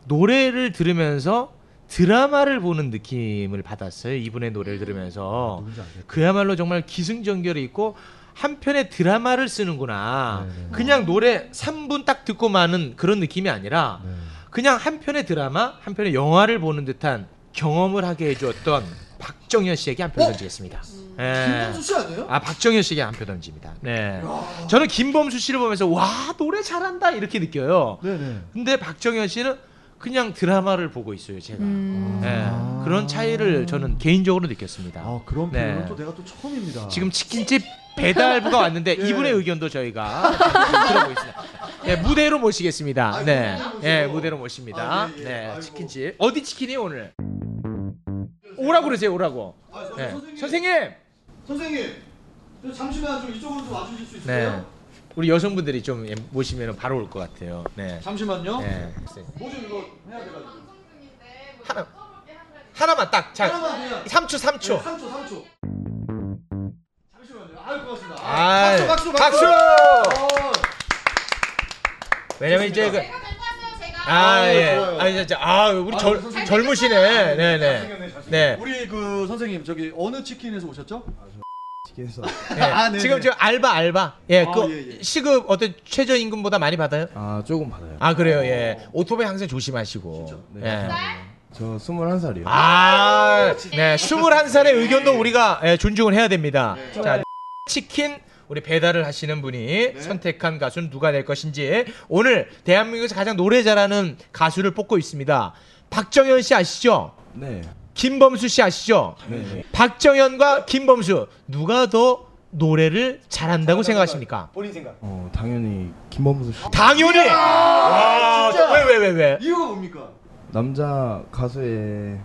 노래를 들으면서 드라마를 보는 느낌을 받았어요. 이분의 노래를
아,
들으면서 그야말로 정말 기승전결이 있고 한 편의 드라마를 쓰는구나.
네,
그냥 노래 3분 딱 듣고 마는 그런 느낌이
네.
아니라 그냥 한 편의 드라마, 한 편의 영화를 보는 듯한 경험을 하게 해주었던 박정현 씨에게 한 표 던지겠습니다. 예.
어? 음. 김범수 씨 아니에요?
아 박정현 씨에게 한 표 던집니다. 네. 저는 김범수 씨를 보면서 와 노래 잘한다 이렇게 느껴요.
네네.
근데 박정현 씨는 그냥 드라마를 보고 있어요 제가.
음.
음.
네. 그런 차이를 저는 개인적으로 느꼈습니다.
아 그런
네.
표현은 또 내가 또 처음입니다.
지금 치킨집 배달부가 왔는데
예.
이분의 의견도 저희가 들어보고 있습니다. 네, 무대로 모시겠습니다.
아,
네, 예, 무대로 모십니다.
예,
네, 치킨집 어디 치킨이 오늘? 오라고 그러세요, 오라고. 네. 선생님.
아, 선생님, 저 잠시만 좀 이쪽으로 좀 와주실 수 있으세요?
네. 우리 여성분들이 좀 예, 모시면 바로 올 것 같아요. 네.
잠시만요.
네.
뭐 좀 이거 해야 돼가지고.
하나, 하나만 딱. 자,
하나만 그냥.
3초, 3초.
네, 3초, 3초. 잠시만요. 아유 고맙습니다.
아,
박수, 박수, 박수.
박수!
어.
왜냐면 이제 그. 아,
아,
예.
좋아요.
아, 진짜. 아, 우리
아,
젊,
선생님.
젊으시네. 네, 네. 네.
우리 그 선생님 저기 어느 치킨에서 오셨죠? 치킨에서.
예. 지금 지금 알바 알바. 예,
네, 아,
그
예, 예.
시급 어떤 최저 임금보다 많이 받아요?
아 조금 받아요.
아, 그래요. 예.
어.
오토바이 항상 조심하시고.
네.
예.
저 21살이요.
아, 네, 21살의 의견도 우리가 예, 존중을 해야 됩니다. 자, 치킨 우리 배달을 하시는 분이 선택한 가수는 누가 될 것인지 오늘 대한민국에서 가장 노래 잘하는 가수를 뽑고 있습니다. 박정현 씨 아시죠?
네.
김범수 씨 아시죠?
네.
박정현과 김범수 누가 더 노래를 잘한다고 생각하십니까?
본인 생각.
어, 당연히 김범수 씨.
당연히.
이야,
와,
진짜.
아, 왜 왜 왜 왜?
이유가 뭡니까?
남자 가수의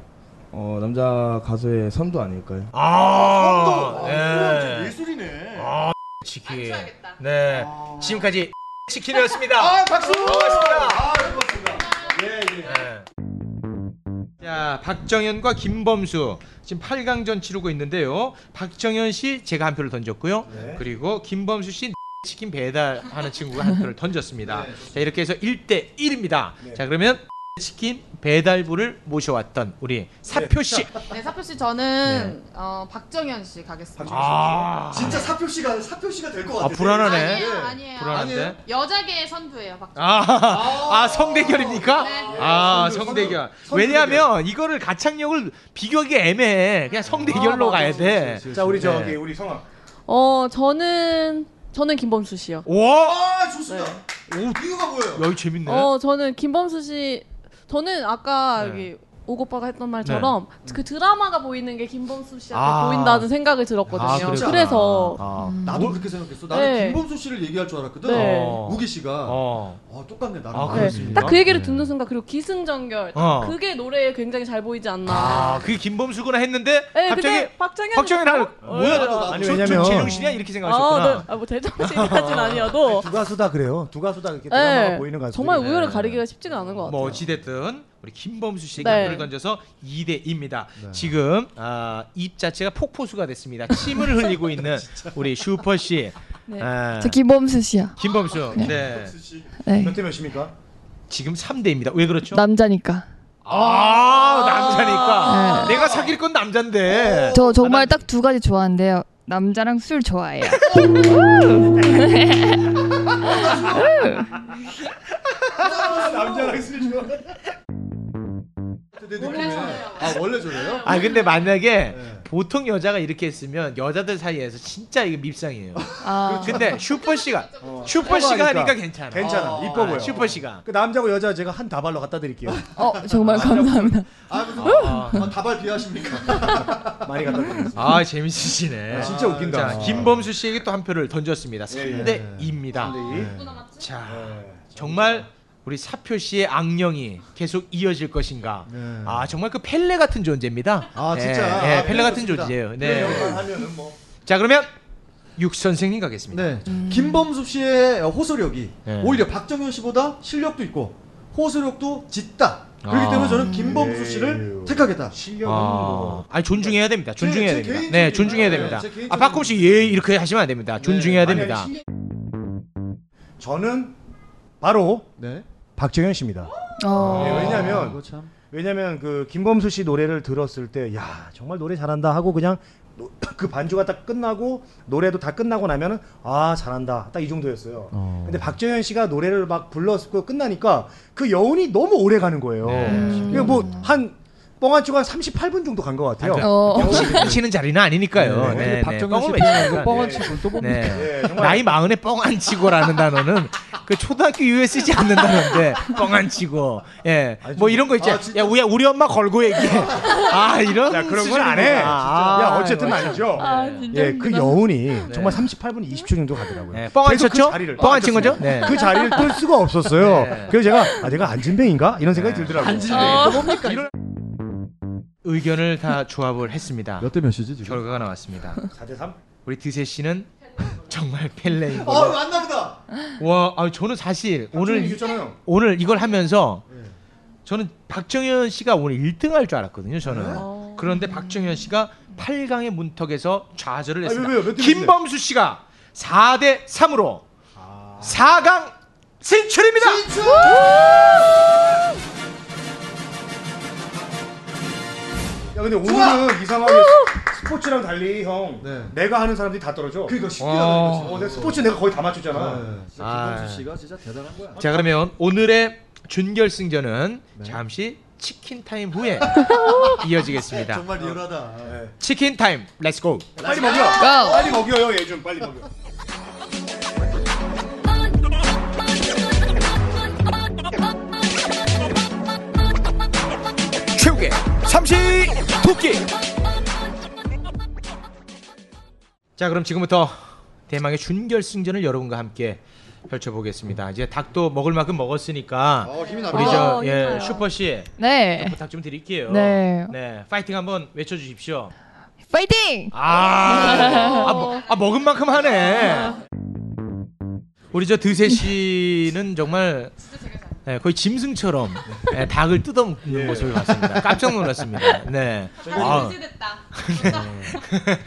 어 남자 가수의 선도 아닐까요?
아, 선도.
예술이네.
아, 치킨. 네. 지금까지 치킨이었습니다.
아, 박수!
고맙습니다.
아, 고맙습니다. 예, 예.
네. 자, 박정현과 김범수 지금 8강전 치르고 있는데요. 박정현 씨 제가 한 표를 던졌고요.
네.
그리고 김범수 씨 치킨 배달하는 친구가 한 표를
네.
던졌습니다. 자, 이렇게 해서 1대 1입니다. 자, 그러면 치킨 배달부를 모셔왔던 우리 사표 씨.
네, 사표 씨 저는 어, 박정현 씨 가겠습니다.
네. 아.
진짜 사표 씨가 사표 씨가 될 것
아,
같아.
불안하네.
아니에요, 아니에요.
불안한데? 아니에요?
여자계의 선두예요, 박정현. 네.
아, 아 성대결입니까?
네.
아, 성대결. 왜냐하면 이거를 가창력을 비교하기 애매해. 그냥
아,
성대결로 가야 돼.
자,
네.
우리 저기 우리 성아.
어 저는 저는 김범수 씨요.
와!
아, 좋습니다. 이유가 뭐예요?
야, 이거 재밌네.
어 저는 김범수 씨 저는 아까
네.
여기 오고빠가 했던 말처럼 그 드라마가 보이는 게 김범수 씨한테
아.
보인다는 생각이 들었거든요.
아, 그랬구나.
그래서
아.
나도 그렇게 생각했어. 나는
네.
김범수 씨를 얘기할 줄 알았거든.
네.
어. 우기 씨가 아, 똑같네 나랑.
아, 그렇습니다.
딱 그 얘기를 듣는 순간 그리고 기승전결
어.
그게 노래에 굉장히 잘 보이지 않나.
아, 그게 김범수구나 했는데
네,
갑자기
근데 박정현
박정현 하는
어,
뭐야?
나도, 나도.
아니
저-
왜냐면
저
제정신이야 이렇게 생각하셨구나.
아, 네. 아, 뭐 대정신까지는 아니어도
두 가수 다 그래요. 두 가수 다 이렇게 네. 드라마가
네,
보이는 가수.
정말 우열을 가리기가 쉽지가 않은 것 같아요.
뭐 어찌됐든 우리 김범수 씨에게
네.
한 표를 던져서 2대 2입니다. 지금 아, 입 자체가 폭포수가 됐습니다. 침을 흘리고 있는 우리 슈퍼 씨.
네.
아,
저 김범수 씨요.
김범수.
네.
네.
네.
몇대 몇입니까?
지금 3대입니다. 왜 그렇죠?
남자니까.
아, 남자니까.
네.
내가 사귈 건 남잔데.
저 정말 딱 두 가지 좋아하는데요. 남자랑 술 좋아해요.
남자랑 술 좋아. 네,
원래 저래요. 아, 원래 저래요?
아 근데 만약에 보통 여자가 이렇게 했으면 여자들 사이에서 진짜 이게 밉상이에요.
아.
그렇죠. 근데 슈퍼 씨가 슈퍼 씨가 하니까 어. 괜찮아. 어.
괜찮아. 이뻐 보여.
슈퍼 씨가.
그 남자고 여자 제가 한 다발로 갖다 드릴게요.
어, 정말 감사합니다.
아, 무슨
아.
아, 다발 비하십니까?
많이 갖다 드릴게요.
아 재밌으시네.
아, 진짜 웃긴다.
자, 김범수 씨에게 또 한 표를 던졌습니다. 3대 2입니다. 자
네.
정말 우리 사표 씨의 악령이 계속 이어질 것인가? 아 정말 그 펠레 같은 존재입니다.
아, 진짜.
네,
아,
펠레 같은
그렇습니다.
존재예요.
그런
네.
역할 하면은 뭐.
자 그러면 육 선생님 가겠습니다.
네. 김범수 씨의 호소력이
네.
오히려 박정현 씨보다 실력도 있고 호소력도 짙다. 그렇기
아.
때문에 저는 김범수 씨를 택하겠다. 실력은
아, 아니 존중해야 됩니다. 존중해야
제
됩니다.
개인적인
네, 존중해야
의견이에요.
됩니다.
제 개인적인
아, 박홍 씨, 예, 이렇게 하시면 안 됩니다. 존중해야
아니,
됩니다.
아니, 저는 바로 박정현 씨입니다.
어.
네,
아,
왜냐면
그거 참.
왜냐면 그 김범수 씨 노래를 들었을 때 야 정말 노래 잘한다 하고 그냥 노- 그 반주가 딱 끝나고 노래도 다 끝나고 나면은 아 잘한다 딱 이 정도였어요. 근데 박정현 씨가 노래를 막 불렀고 끝나니까 그 여운이 너무 오래 가는 거예요. 그러니까 뭐한 뻥한 쪽한 38분 정도 간 것
네.
같아요.
어.
치는 자리는 아니니까요.
네,
네,
근데
네,
박정현 씨
뻥을
표현한
외치니까.
거 뻥한
네.
치고는 또 뭡니까?
네.
네, 정말.
나이 마흔에 뻥안 치고라는 단어는 그 초등학교 이후에 쓰지 않는다는데 뻥안 치고 예
아,
뭐 이런 거 있지 야 우리 우리 엄마 걸고 얘기해 아 이런 아,
야, 그런 건 안 해. 야, 어쨌든 아니죠. 예, 그 여운이 정말 38분 20초 정도 가더라고요.
네, 뻥안
계속
쳤죠?
자리를-
뻥안
아,
친 거죠? 네.
쳤습니다. 그 자리를 뜰 수가 없었어요.
네.
그래서 제가 아, 내가 안진뱅인가 이런 생각이 들더라고요. 네.
어. 이런 의견을 다 조합을 했습니다. 몇 대 몇이지 지금? 결과가 나왔습니다.
4대 3?
우리 드세 씨는 정말 펠레인
어,
걸로.
맞나 보다.
와, 아 저는 사실 오늘 이-
이겼잖아요.
오늘 이걸 하면서 저는 박정현 씨가 오늘 1등 할 줄 알았거든요. 저는. 그런데 박정현 씨가 8강의 문턱에서 좌절을
아,
했습니다.
왜요? 몇대 몇인데?
김범수 씨가 4대 3으로 4강 진출입니다.
야, 근데 오늘은
좋아!
이상하게
어.
스포츠랑 달리 형 내가 하는 사람들이 다 떨어져.
그러니까 쉽게
하는 거지.
어, 내 스포츠 내가 거의 다 맞췄잖아.
아.
김범수 씨가 진짜 대단한 거야.
자 그러면 오늘의 준결승전은 잠시 치킨 타임 후에 이어지겠습니다.
정말 리얼하다.
치킨 타임, 렛츠 고.
빨리 먹여.
Go.
빨리 먹여요, 얘 좀 빨리 먹여.
최욱의 삼시 토끼. 자 그럼 지금부터 대망의 준결승전을 여러분과 함께 펼쳐보겠습니다. 이제 닭도 먹을 만큼 먹었으니까
어, 힘이
우리
납니다.
저
어,
예,
힘나요.
슈퍼 씨
네.
부탁 좀 드릴게요.
네.
네, 파이팅 한번 외쳐주십시오.
파이팅!
어.
아, 아, 뭐- 아, 먹은 만큼 하네. 우리 저 드세 씨는 정말 네, 거의 짐승처럼 네, 닭을 뜯어먹는
예.
모습을 봤습니다. 깜짝 놀랐습니다. 네. 아,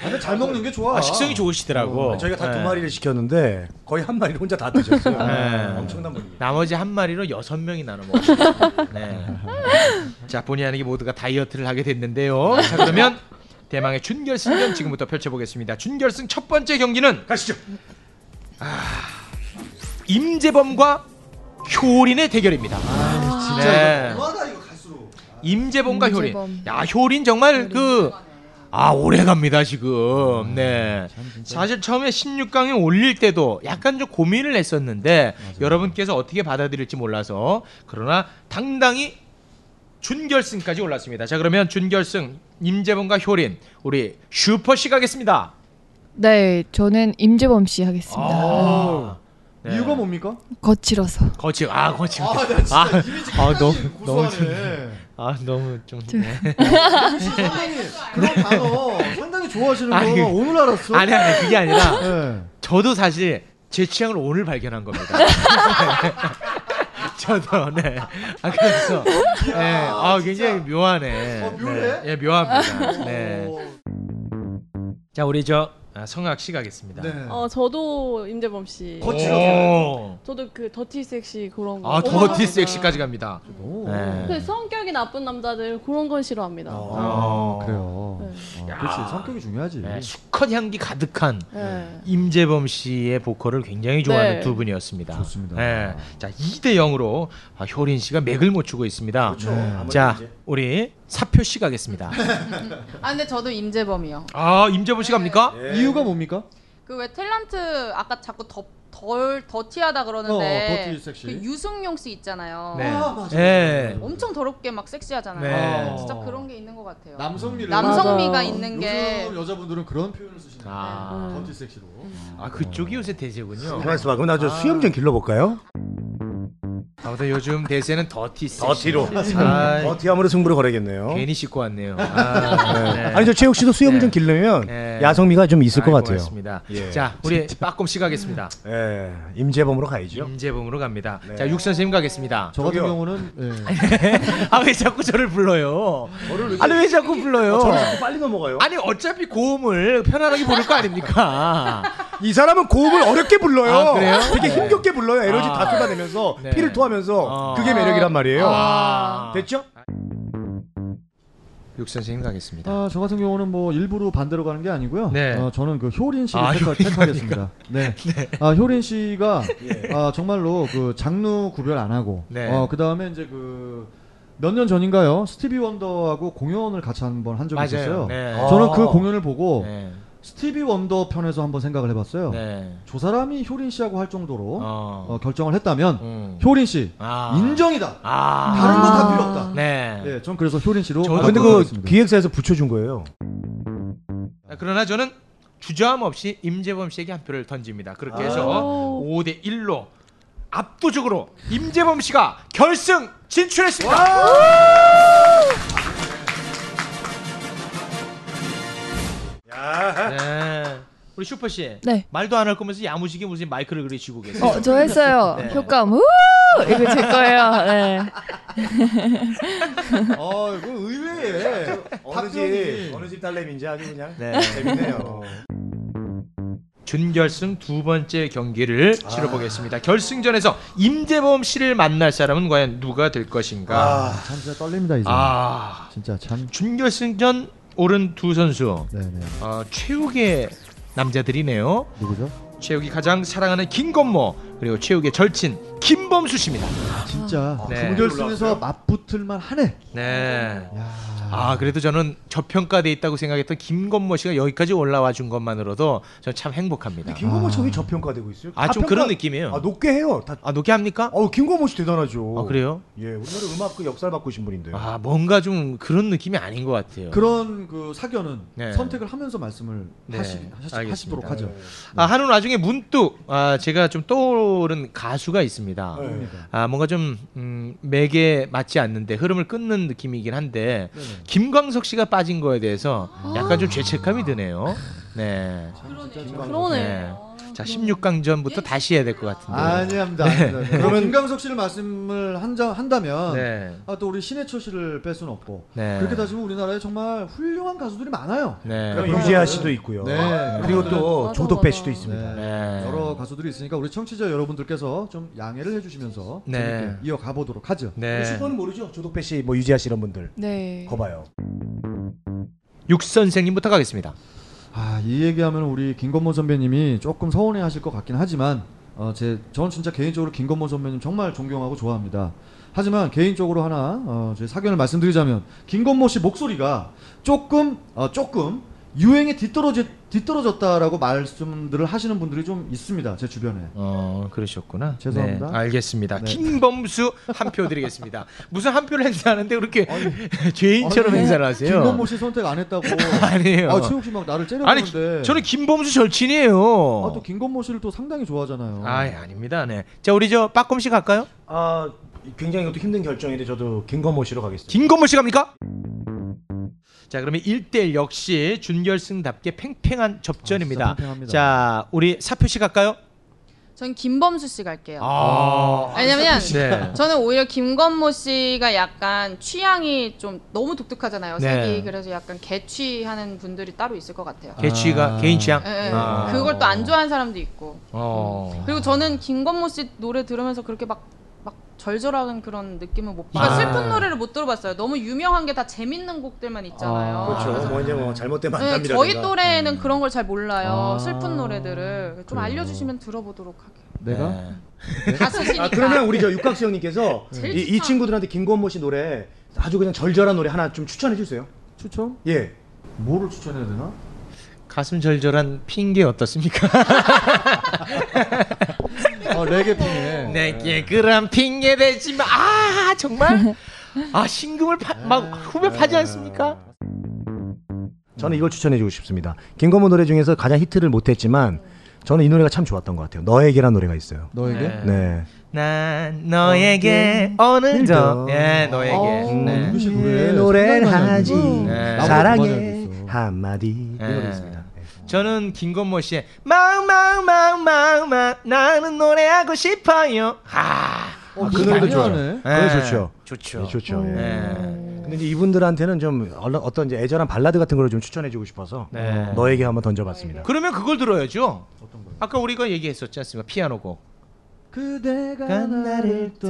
아니, 잘 먹는 게 좋아.
아, 식성이 좋으시더라고.
어, 저희가 다 두
네.
마리를 시켰는데 거의 한 마리를 혼자 다 드셨어요.
네.
엄청난 분이.
나머지 한 마리로 여섯 명이 나눠 먹었습니다. 네. 자, 본의 아니게 모두가 다이어트를 하게 됐는데요. 자, 그러면 대망의 준결승전 지금부터 펼쳐보겠습니다. 준결승 첫 번째 경기는 가시죠. 임재범과 효린의 대결입니다.
아,
아,
진짜
네.
이거 하다 이거 갈수록.
임재범과 효린.
임재범.
야, 효린 정말 그. 아, 오래 갑니다,
아,
지금. 네. 사실 처음에 16강에 올릴 때도 약간 좀 고민을 했었는데, 여러분께서 어떻게 받아들일지 몰라서, 그러나 당당히 준결승까지 올랐습니다. 자, 그러면 준결승, 임재범과 효린, 우리 슈퍼씨 가겠습니다.
네, 저는 임재범 씨 하겠습니다.
아. 네.
이유가 뭡니까?
거칠어서.
거칠, 아, 거칠.
뭐- 아, 나 진짜 이미지 끝까지 고소하네.
좋네. 아, 너무 좀. 네.
선생님 그런 단어 상당히 좋아하시는 거
아니,
오늘 알았어.
아니 아니 그게 아니라
네.
저도 사실 제 취향을 오늘 발견한 겁니다. 네. 저도 네. 아 그래서 네. 아 굉장히 묘하네.
어, 묘해?
네. 예
아,
묘합니다. 네. 자 우리 저 아, 성악 씨 가겠습니다.
네.
어 저도 임재범 씨.
오.
저도 그 더티 섹시 그런 거.
아 더티
좋아하거든요.
섹시까지 갑니다.
그
네.
성격이 나쁜 남자들 그런 건 싫어합니다.
어.
그래요. 아, 그렇지 성격이 중요하지.
네, 수컷 향기 가득한
네.
임재범 씨의 보컬을 굉장히 좋아하는
네.
두 분이었습니다. 좋습니다. 자, 2대 0으로 아, 효린 씨가 맥을 못 추고 있습니다.
그렇죠.
음.
아무래도
자,
이제.
우리 사표 씨 가겠습니다.
아 근데 저도 임재범이요.
아, 임재범 씨 갑니까?
이유가 뭡니까?
그 왜 탤런트 아까 자꾸 더, 덜 더티하다 그러는데
어, 더티 섹시.
그 유승용 씨 있잖아요.
네. 아, 맞아요. 네.
엄청 더럽게 막 섹시하잖아요. 어,
네.
진짜 그런 게 있는 것 같아요. 음.
남성미를
남성미가
맞아요.
있는 게
요즘 여자분들은 그런 표현을 쓰시네요.
아.
더티 섹시로.
아, 그쪽이 요새 대세군요.
가만 있어봐. 아, 그럼 나
아.
저 수염 좀 길러볼까요?
아무튼 요즘 대세는 더티 섹시.
더티로.
어, 아,
더티함으로 승부를 걸어야겠네요.
괜히 씻고 왔네요. 아,
네.
네.
아니 저 최욱 씨도 수염 좀 길르면
네.
야성미가 좀 있을 것
아이고,
같아요.
맞습니다.
예.
자, 우리 빠꼼 씨 가겠습니다.
예, 임재범으로 가야죠.
음, 임재범으로 갑니다.
네.
자, 육 선생님 가겠습니다.
저 같은 저기요.
경우는
아 왜 자꾸 저를 불러요?
왜
아니 왜 자꾸 불러요?
어, 저를 자꾸 빨리 넘어가요.
아니 어차피 고음을 편안하게 부를 거 아닙니까?
이 사람은 고음을 어렵게 불러요.
아, 그래요?
되게
네.
힘겹게 불러요. 에너지
아.
다 쏟아내면서
네.
피를 토하면서
아.
그게 매력이란 말이에요.
아.
됐죠?
육 선생님 가겠습니다.
아, 저 같은 경우는 뭐 일부러 반대로 가는 게 아니고요.
네.
어, 저는 그 효린 씨를
아,
택하,
효린
택하겠습니다. 네. 아, 효린 씨가
예.
아, 정말로 그 장르 구별 안 하고
네.
어, 그다음에 이제 그 몇 년 전인가요? 스티비 원더하고 공연을 같이 한번 한 적이
맞아요.
있었어요.
네.
저는
아.
그 공연을 보고
네.
스티비 원더 편에서 한번 생각을 해봤어요.
네.
저뭐 사람이 효린 씨하고 할 정도로
어.
어, 결정을 했다면
음.
효린 씨
아.
인정이다.
아.
다른 거 다 필요 없다.
네.
예, 전 그래서 효린 씨로.
저도
아, 근데 그
하겠습니다.
기획사에서 붙여준 거예요.
아, 그러나 저는 주저함 없이 임재범 씨에게 한 표를 던집니다. 그렇게 해서 5대 1로 압도적으로 임재범 씨가 결승 진출했습니다. 네. 우리 슈퍼 씨.
네.
말도 안 할 거면서 야무지게 무슨 마이크를 그리 쥐고 계세요.
어, 저 했어요.
네.
효과음. 우! 이거 제 거예요. 네.
아,
어, 이거 의외에
어느 집 어느 집 딸내미인지 아주 그냥
네.
재밌네요.
준결승 두 번째 경기를 치러보겠습니다. 결승전에서 임재범 씨를 만날 사람은 과연 누가 될 것인가?
아, 참 진짜 떨립니다 이제.
아.
진짜 참.
준결승전 오른 두 선수.
네네.
어, 최욱의 남자들이네요.
누구죠?
최욱이 가장 사랑하는 김건모 그리고 최욱의 절친 김범수 씨입니다.
진짜
네.
종결승에서 맞붙을만 하네.
네. 자, 아 그래도 저는 저평가돼 있다고 생각했던 김건모 씨가 여기까지 올라와 준 것만으로도 저는 참 행복합니다.
김건모 씨이 저평가되고 있어요.
아,
다
좀
평가-
그런 느낌이에요.
아 높게 해요. 다.
아 높게 합니까?
어 김건모 씨 대단하죠.
아, 그래요?
예, 우리나라 음악 그 역사를 바꾸신 분인데요.
아 뭔가 좀 그런 느낌이 아닌 것 같아요.
네. 그런 그 사견은
네.
선택을 하면서 말씀을
네,
하시,
알겠습니다.
하시, 도록 하죠.
아, 하는 와중에 문득 아, 제가 좀 떠오른 가수가
예.
있습니다.
네.
아, 뭔가 좀 음, 맥에 맞지 않는데 흐름을 끊는 느낌이긴 한데
네.
김광석 씨가 빠진 거에 대해서 약간 좀
아.
죄책감이 드네요. 네.
그러네.
자, 16강전부터 다시 해야 될 것 같은데.
아니합니다. 그러면 김강석 씨를 말씀을 한자, 한다면
네.
아, 또 우리 신해철 씨를 뺄 수는 없고
네.
그렇게 따지면 우리나라에 정말 훌륭한 가수들이 많아요.
네.
그럼 그러니까 유재하 씨도 있고요.
네.
그리고 또
맞아,
조덕배
맞아.
씨도 있습니다.
네.
여러 가수들이 있으니까 우리 청취자 여러분들께서 좀 양해를 해주시면서
네.
재밌게 이어가 보도록 하죠.
네.
슈퍼는 모르죠. 조덕배 씨, 뭐 유재하 씨 이런 분들.
네.
거봐요.
육 선생님부터 가겠습니다.
아, 이 얘기하면 우리 김건모 선배님이 조금 서운해하실 것 같긴 하지만 어, 제 저는 진짜 개인적으로 김건모 선배님 정말 존경하고 좋아합니다. 하지만 개인적으로 하나 어, 제 사견을 말씀드리자면 김건모 씨 목소리가 조금 어, 조금 유행에 뒤떨어지, 뒤떨어졌다라고 말씀들을 하시는 분들이 좀 있습니다. 제 주변에.
어, 그러셨구나.
죄송합니다.
네, 알겠습니다.
네.
김범수 한 표 드리겠습니다. 무슨 한 표를 행사하는데 그렇게 죄인처럼
아니,
행사를 하세요?
김건모 씨 선택 안 했다고.
아니에요.
아, 최욱 씨 막 나를
아니,
째려보는데.
저는 김범수 절친이에요.
아, 또 김건모 씨를 또 상당히 좋아하잖아요.
아, 예, 아닙니다. 네. 자, 우리 저 빠꼼 씨 갈까요?
아, 굉장히 이것도 힘든 결정인데 저도 김건모 씨로 가겠습니다.
김건모 씨 갑니까? 자, 그러면 1대1 역시 준결승답게 팽팽한 접전입니다.
아, 팽팽합니다.
자, 우리 사표 씨 갈까요?
전 김범수 씨 갈게요.
아.
왜냐면
네.
저는 오히려 김건모 씨가 약간 취향이 좀 너무 독특하잖아요.
네.
색이 그래서 약간 개취하는 분들이 따로 있을 것 같아요.
개취가 개인 취향.
예, 예.
아.
그걸 또 안 좋아하는 사람도 있고.
어.
그리고 저는 김건모 씨 노래 들으면서 그렇게 막, 막 절절한 그런 느낌을 못. 그러니까
아.
슬픈 노래를 못 들어봤어요. 너무 유명한 게 다 재밌는 곡들만 있잖아요.
그렇죠.
그래서
뭐 이제 뭐 잘못된
네,
만남이라든가.
저희 또래는
음.
그런 걸 잘 몰라요.
아.
슬픈 노래들을 좀 알려주시면 들어보도록 할게요.
내가?
네.
가수시니까.
아, 그러면 우리 저 육각수 형님께서
제일
이, 이 친구들한테 김건모 씨 노래 아주 그냥 절절한 노래 하나 좀 추천해 주세요.
추천?
예.
뭐를 추천해야 되나?
가슴 절절한 핑계 어떻습니까?
아,
어, 레게 핑계.
내게 그런 핑계 대지 마. 아, 정말. 아, 신금을 파, 막 후배 파지
네.
않습니까?
저는 이걸 추천해 주고 싶습니다. 김건모 노래 중에서 가장 히트를 못 했지만 저는 이 노래가 참 좋았던 것 같아요. 너에게란 노래가 있어요.
너에게?
네.
난 너에게 어느 점. 예,
어.
너에게. 네.
네, 노래를 하지
네.
사랑해 한마디 이
네.
노래 있습니다.
저는 김건모 씨의 망망망망망 나는 노래하고 싶어요. 아,
아, 그 노래도 좋아요. 그 노래 좋죠.
좋죠.
네, 좋죠. 예.
네.
근데 이제 이분들한테는 좀 얼른 어떤 이제 애절한 발라드 같은 걸 좀 추천해주고 싶어서
네.
너에게 한번 던져봤습니다.
그러면 그걸 들어야죠. 아까 우리가 얘기했었지 않습니까? 피아노곡.
그대가 나를
네.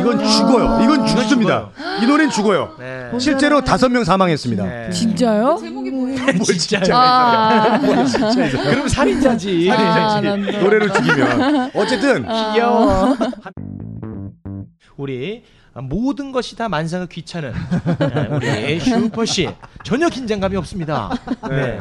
이건 죽어요. 이건 죽습니다. 이 노래는 죽어요.
네.
실제로 다섯 명 사망했습니다.
네.
진짜요?
제목이 뭐예요?
음.
뭘 진짜?
아.
뭘 진짜?
그럼 살인자지.
아,
살인자지.
난 또-
노래로 죽이면 어쨌든
귀여워. 우리 모든 것이 다 만사가 귀찮은 네, 우리 슈퍼 씨 전혀 긴장감이 없습니다. 네.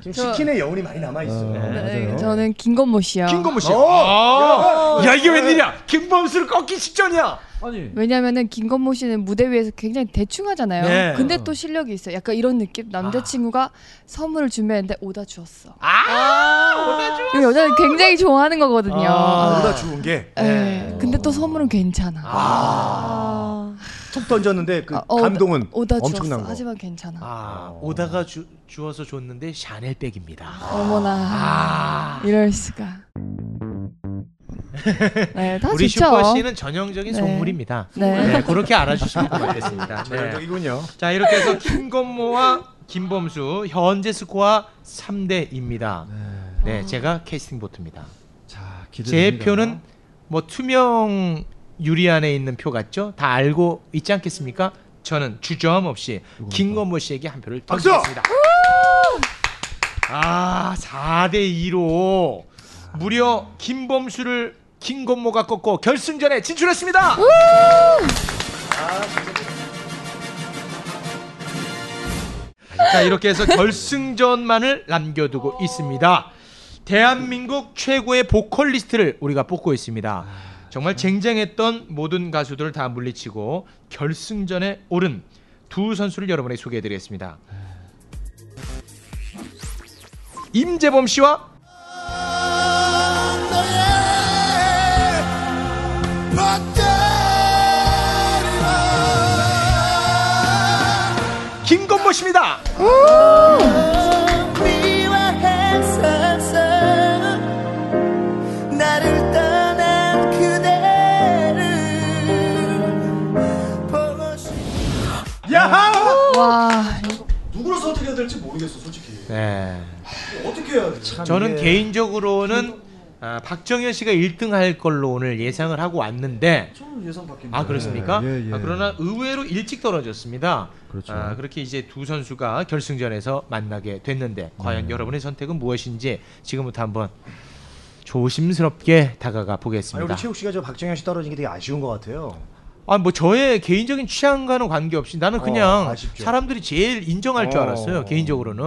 지금
저-
치킨의 여운이 많이 남아 있어.
네.
저는 김건모 씨요.
김건모 씨.
어!
아! 야 이게 웬일이야? 김범수를 꺾기 직전이야.
아니.
왜냐면은 김건모 씨는 무대 위에서 굉장히 대충 하잖아요.
네.
근데 또 실력이 있어요. 약간 이런 느낌. 남자친구가 선물을 준비했는데 오다 주었어.
아,
이거 여자는 굉장히 좋아하는 거거든요.
아, 보다 죽은 게.
네. 근데 또 선물은 괜찮아. 어,
툭 던졌는데 그
오다-
감동은
오다 주었어.
엄청난 거.
하지만 괜찮아.
어.
아, 오다가 주, 주워서 줬는데 샤넬백입니다.
어머나.
아.
이럴 수가. 네, 다
우리
좋죠.
슈퍼 씨는 전형적인
네.
속물입니다.
네.
네. 그렇게 알아주시면 고맙겠습니다. 네.
전형적이군요.
자 이렇게 해서 김건모와 김범수 현재 스코어 3대입니다. 네, 제가 캐스팅 보트입니다.
자,
제
기대됩니다.
표는 뭐 투명 유리 안에 있는 표 같죠? 다 알고 있지 않겠습니까? 저는 주저함 없이 김건모 씨에게 한 표를
박수!
던지겠습니다. 아, 4대 2로 무려 김범수를 김건모가 꺾고 아, 결승전에 진출했습니다. 자 이렇게 해서 결승전만을 남겨두고 있습니다. 대한민국 최고의 보컬리스트를 우리가 뽑고 있습니다. 정말 쟁쟁했던 모든 가수들을 다 물리치고 결승전에 오른 두 선수를 여러분에게 소개해드리겠습니다. 임재범 씨와 김건모 씨입니다.
미와 항상 나를 떠난 그대를 보고 싶
와.
누구를 선택해야 될지 모르겠어 솔직히
네.
어떻게 해야 돼?
예.
저는 개인적으로는 아, 박정현 씨가 1등 할 걸로 오늘 예상을 하고 왔는데
저는 예상 밖에
아 그렇습니까?
예, 예.
아, 그러나 의외로 일찍 떨어졌습니다.
그렇죠.
아, 그렇게 이제 두 선수가 결승전에서 만나게 됐는데
네.
과연 여러분의 선택은 무엇인지 지금부터 한번 조심스럽게 다가가
아니
보겠습니다.
우리 최욱 씨가 저 박정현 씨 떨어진 게 되게 아쉬운 것 같아요.
아 뭐 저의 개인적인 취향과는 관계없이 나는 그냥
어, 아쉽죠.
사람들이 제일 인정할 줄
어.
알았어요
네.
개인적으로는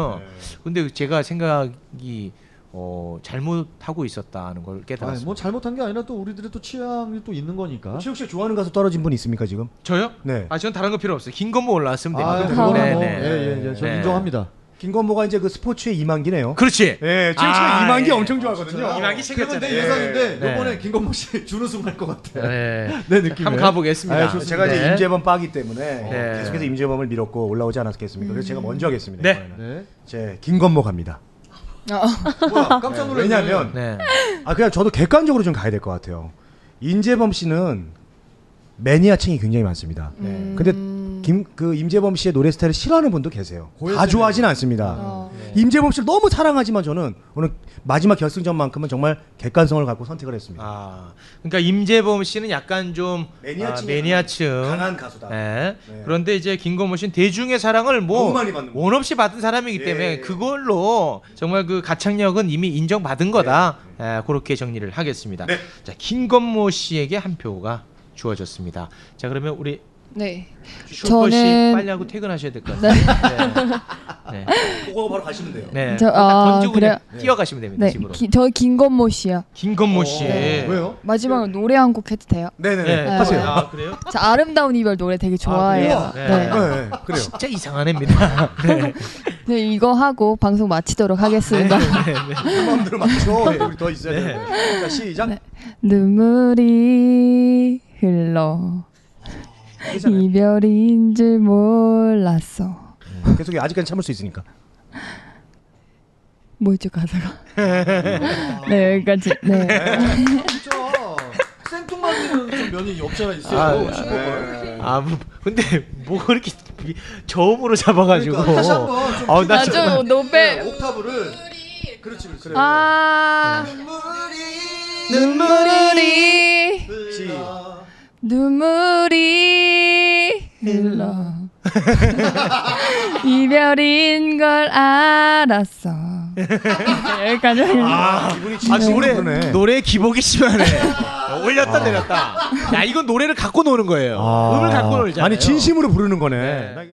근데 제가 생각이 어, 잘못하고 있었다는 걸
아니,
깨달았습니다
뭐 잘못한 게 아니라 또 우리들의 또 취향이 또 있는 거니까.
최욱 씨 좋아하는 가수 떨어진 분 있습니까 지금?
저요?
네.
아 저는 다른 거 필요 없어요 김건모 올라왔으면
아,
됩니다
그거는
네,
뭐,
네.
예, 예, 예. 저는
네.
인정합니다. 김건모가 이제 그 스포츠의 이만기네요.
그렇지.
예, 최욱 씨가
아,
이만기
예.
엄청 좋아하거든요.
이만기
챙겼잖아요.
그건 내 예상인데
네.
이번에 김건모 씨 준우승 할 것 같아.
네.
내 느낌에.
한번 가보겠습니다.
아, 제가 이제
네.
임재범 빠기 때문에
네.
어, 계속해서 임재범을 밀었고 올라오지 않았겠습니까? 그래서 제가 먼저 하겠습니다.
네.
이번에는. 제 김건모 갑니다.
뭐야 깜짝 놀랐네
왜냐면 아 그냥 저도 객관적으로 좀 가야 될 것 같아요. 임재범 씨는 매니아층이 굉장히 많습니다. 근데 김 그 임재범 씨의 노래 스타일을 싫어하는 분도 계세요. 다
고혜세네.
좋아하진 않습니다.
어.
네. 임재범 씨를 너무 사랑하지만 저는 오늘 마지막 결승전만큼은 정말 객관성을 갖고 선택을 했습니다.
아, 그러니까 임재범 씨는 약간 좀
매니아층이
아, 매니아층
강한 가수다. 어.
예.
네.
그런데 이제 김건모 씨는 대중의 사랑을
너무
뭐
많이 받는 예.
원 없이 받은 사람이기 때문에 그걸로 정말 그 가창력은 이미 인정받은 거다. 예, 그렇게 정리를 하겠습니다.
네.
자, 김건모 씨에게 한 표가 주어졌습니다. 자, 그러면 우리
네.
슈퍼 씨
저는-
빨리 하고 퇴근하셔야 될 것
네.
같아요. 네.
그거 바로 가시면 돼요.
네.
저,
그거 딱
아,
던지고 그냥
그래요?
뛰어가시면 됩니다.
네.
집으로.
기- 네. 저 김건모 씨요.
김건모 씨.
어,
마지막으로 노래 한 곡 해도 돼요?
네. 네네네.
네.
하세요. 아, 그래요?
저 아름다운 이별 노래 되게 좋아해요.
아, 그래요?
네.
네. 그래요. 진짜 이상한 애입니다. 네.
네, 이거 하고 방송
아,
마치도록 하겠습니다.
내 마음대로 맞춰. 예, 우리 더
네.
있어야 돼. 자 시작.
눈물이 흘러 이별인 줄 몰랐어.
계속 해. 아직까지 참을 수 있으니까.
뭐였죠 가사가? 네 여기까지. 네.
생뚱맞은 좀 면이 없잖아 있어요
아,
네.
어,
아,
싱거워요.
아, 뭐, 근데 뭐 그렇게 비- 저음으로 잡아가지고.
그러니까 다시 한번 좀
아우, 나
좀-
정말-
노벨
옥타브를 그렇지 그렇지
아 눈물이 눈물이 흘러 이별인 걸 알았어. 네, 여기까지 하겠습니다.
아, 노래
네.
노래 기복이 심하네. 올렸다 내렸다. 야 이건 노래를 갖고 노는 거예요. 음을 갖고 놀잖아요.
아니 진심으로 부르는 거네.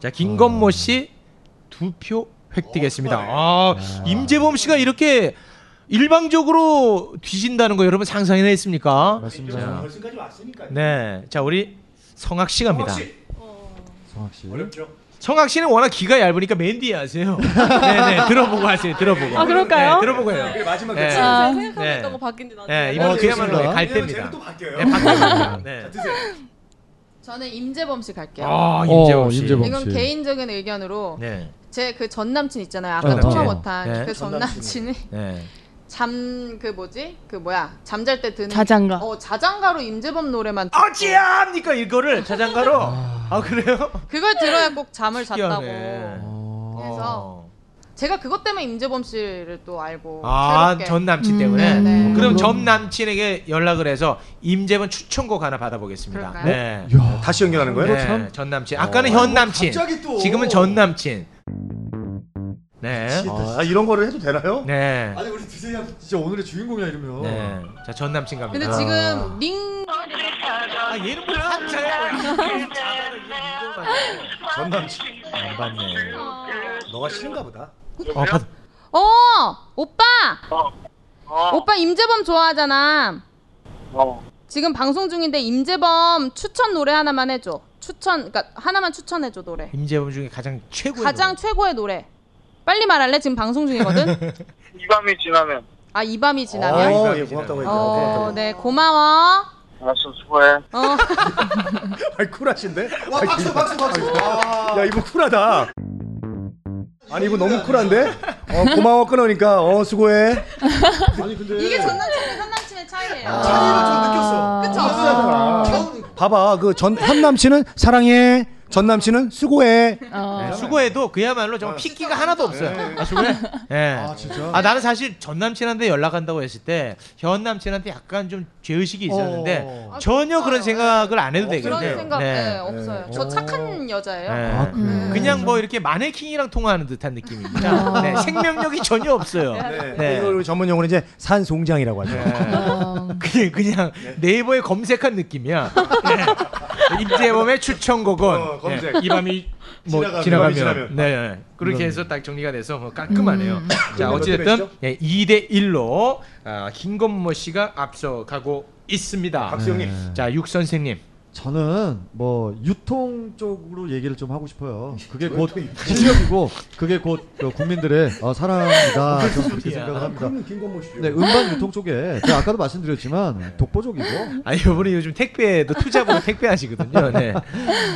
자 김건모 씨 두 표 획득했습니다. 아, 임재범 씨가 이렇게 일방적으로 뒤진다는 거 여러분 상상이나 했습니까?
자,
자,
결승까지 왔으니까.
네, 자 우리 성학 씨 갑니다.
성악 씨.
성악 씨.
어렵죠.
성학 씨는 워낙 귀가 얇으니까 맨 뒤에 하세요. 네네 들어보고 하세요. 들어보고.
아, 그럴까요?
네, 들어보고 해요.
그래, 마지막
네.
제가 아, 생각했던 거 바뀐지 나중에
네, 이번
알겠습니다.
기회만으로 갈
왜냐면
때입니다.
쟤는 또 바뀌어요.
네, 바뀌어요. 네.
저는 임재범 씨 갈게요.
아, 임재범 씨.
이건 개인적인 의견으로
네.
제 그 전 남친 있잖아요.
어,
아까
네.
통화
네.
못한
네.
그 전
전남친이.
남친이
네.
잠 그 뭐지 그 뭐야 잠잘 때 드는
자장가.
어 자장가로 임재범 노래만 듣고
어찌합니까 이거를 자장가로. 아 그래요?
그걸 들어야 꼭 잠을 잤다고
특이하네. 어.
그래서 제가 그것 때문에 임재범 씨를 또 알고
아,
새롭게.
전 음. 남친 때문에.
네, 네.
그럼 전 남친에게 연락을 해서 임재범 추천곡 하나 받아보겠습니다.
그럴까요?
네.
다시 연결하는 거예요?
네,
어? 참.
전 남친. 아까는
어.
현 남친.
갑자기 또.
지금은 전 남친. 네.
아, 이런 거를 해도 되나요?
네.
아니 우리 드세야 진짜 오늘의 주인공이야 이러면.
네. 자, 전 남친 갑니다.
근데 지금 링
네. 아 얘는 뭐야?
전 남친 안 봤네. 너가 싫은가 보다.
어, 받...
어 오빠
어,
오빠 임재범 좋아하잖아
어.
지금 방송 중인데 임재범 추천 노래 하나만 해줘 추천 그러니까 하나만 추천해줘 노래
임재범 중에 가장 최고의
가장 최고의 노래 빨리 말할래 지금 방송 중이거든
이 밤이 지나면
아 이 밤이
네.
지나면
어, 이 밤이 예, 고맙다고
어,
했다. 고맙다고.
네 고마워
알았어 수고해
어.
아이 쿨하신데?
와,
아이,
박수, 박수, 박수.
아이고. 야 이분 쿨하다. 아니 이분 너무 쿨한데? 어, 고마워 끊으니까 어 수고해. 아니 근데
이게 전남친과 현남친의 차이예요
아.
차이를
좀 느꼈어 그쵸
봐봐 그 전 현 남친은 사랑해 전 남친은 수고해.
네, 수고해도 그야말로 정말 핏기가 하나도 없어요.
네.
아, 수고해? 예. 아,
진짜?
나는 사실 전 남친한테 연락한다고 했을 때 현 남친한테 약간 좀 죄의식이 있었는데
어.
전혀 그런 생각을 안 해도
그런
되겠네요.
생각
네.
네, 없어요 저 착한 여자예요
네. 그냥 뭐 이렇게 마네킹이랑 통화하는 듯한 느낌입니다.
아.
네, 생명력이 전혀 없어요.
네.
네.
이걸 우리 전문 용어로 이제 산송장이라고 하죠.
네.
그냥, 그냥 네이버에 검색한 느낌이야. 네. 임재범의 추천곡은
어, 검색.
네, 이 밤이 뭐
지나가면,
지나가면,
이 밤이 지나면.
네, 네. 그렇게
이밤이.
해서 딱 정리가 돼서 뭐 깔끔하네요.
음.
자
몇
어찌됐든
점
예, 2대 1로 아, 김건모 씨가 앞서가고 있습니다. 네.
박수영님.
자육 선생님.
저는 뭐 유통 쪽으로 얘기를 좀 하고 싶어요. 그게 곧
유통.
실력이고 그게 곧그 국민들의 어, 사랑이다. 저는 그렇게 생각을 합니다. 네, 음반 유통 쪽에 제가 아까도 말씀드렸지만 독보적이고
아 이분이 요즘 택배도 투잡으로 택배하시거든요. 네.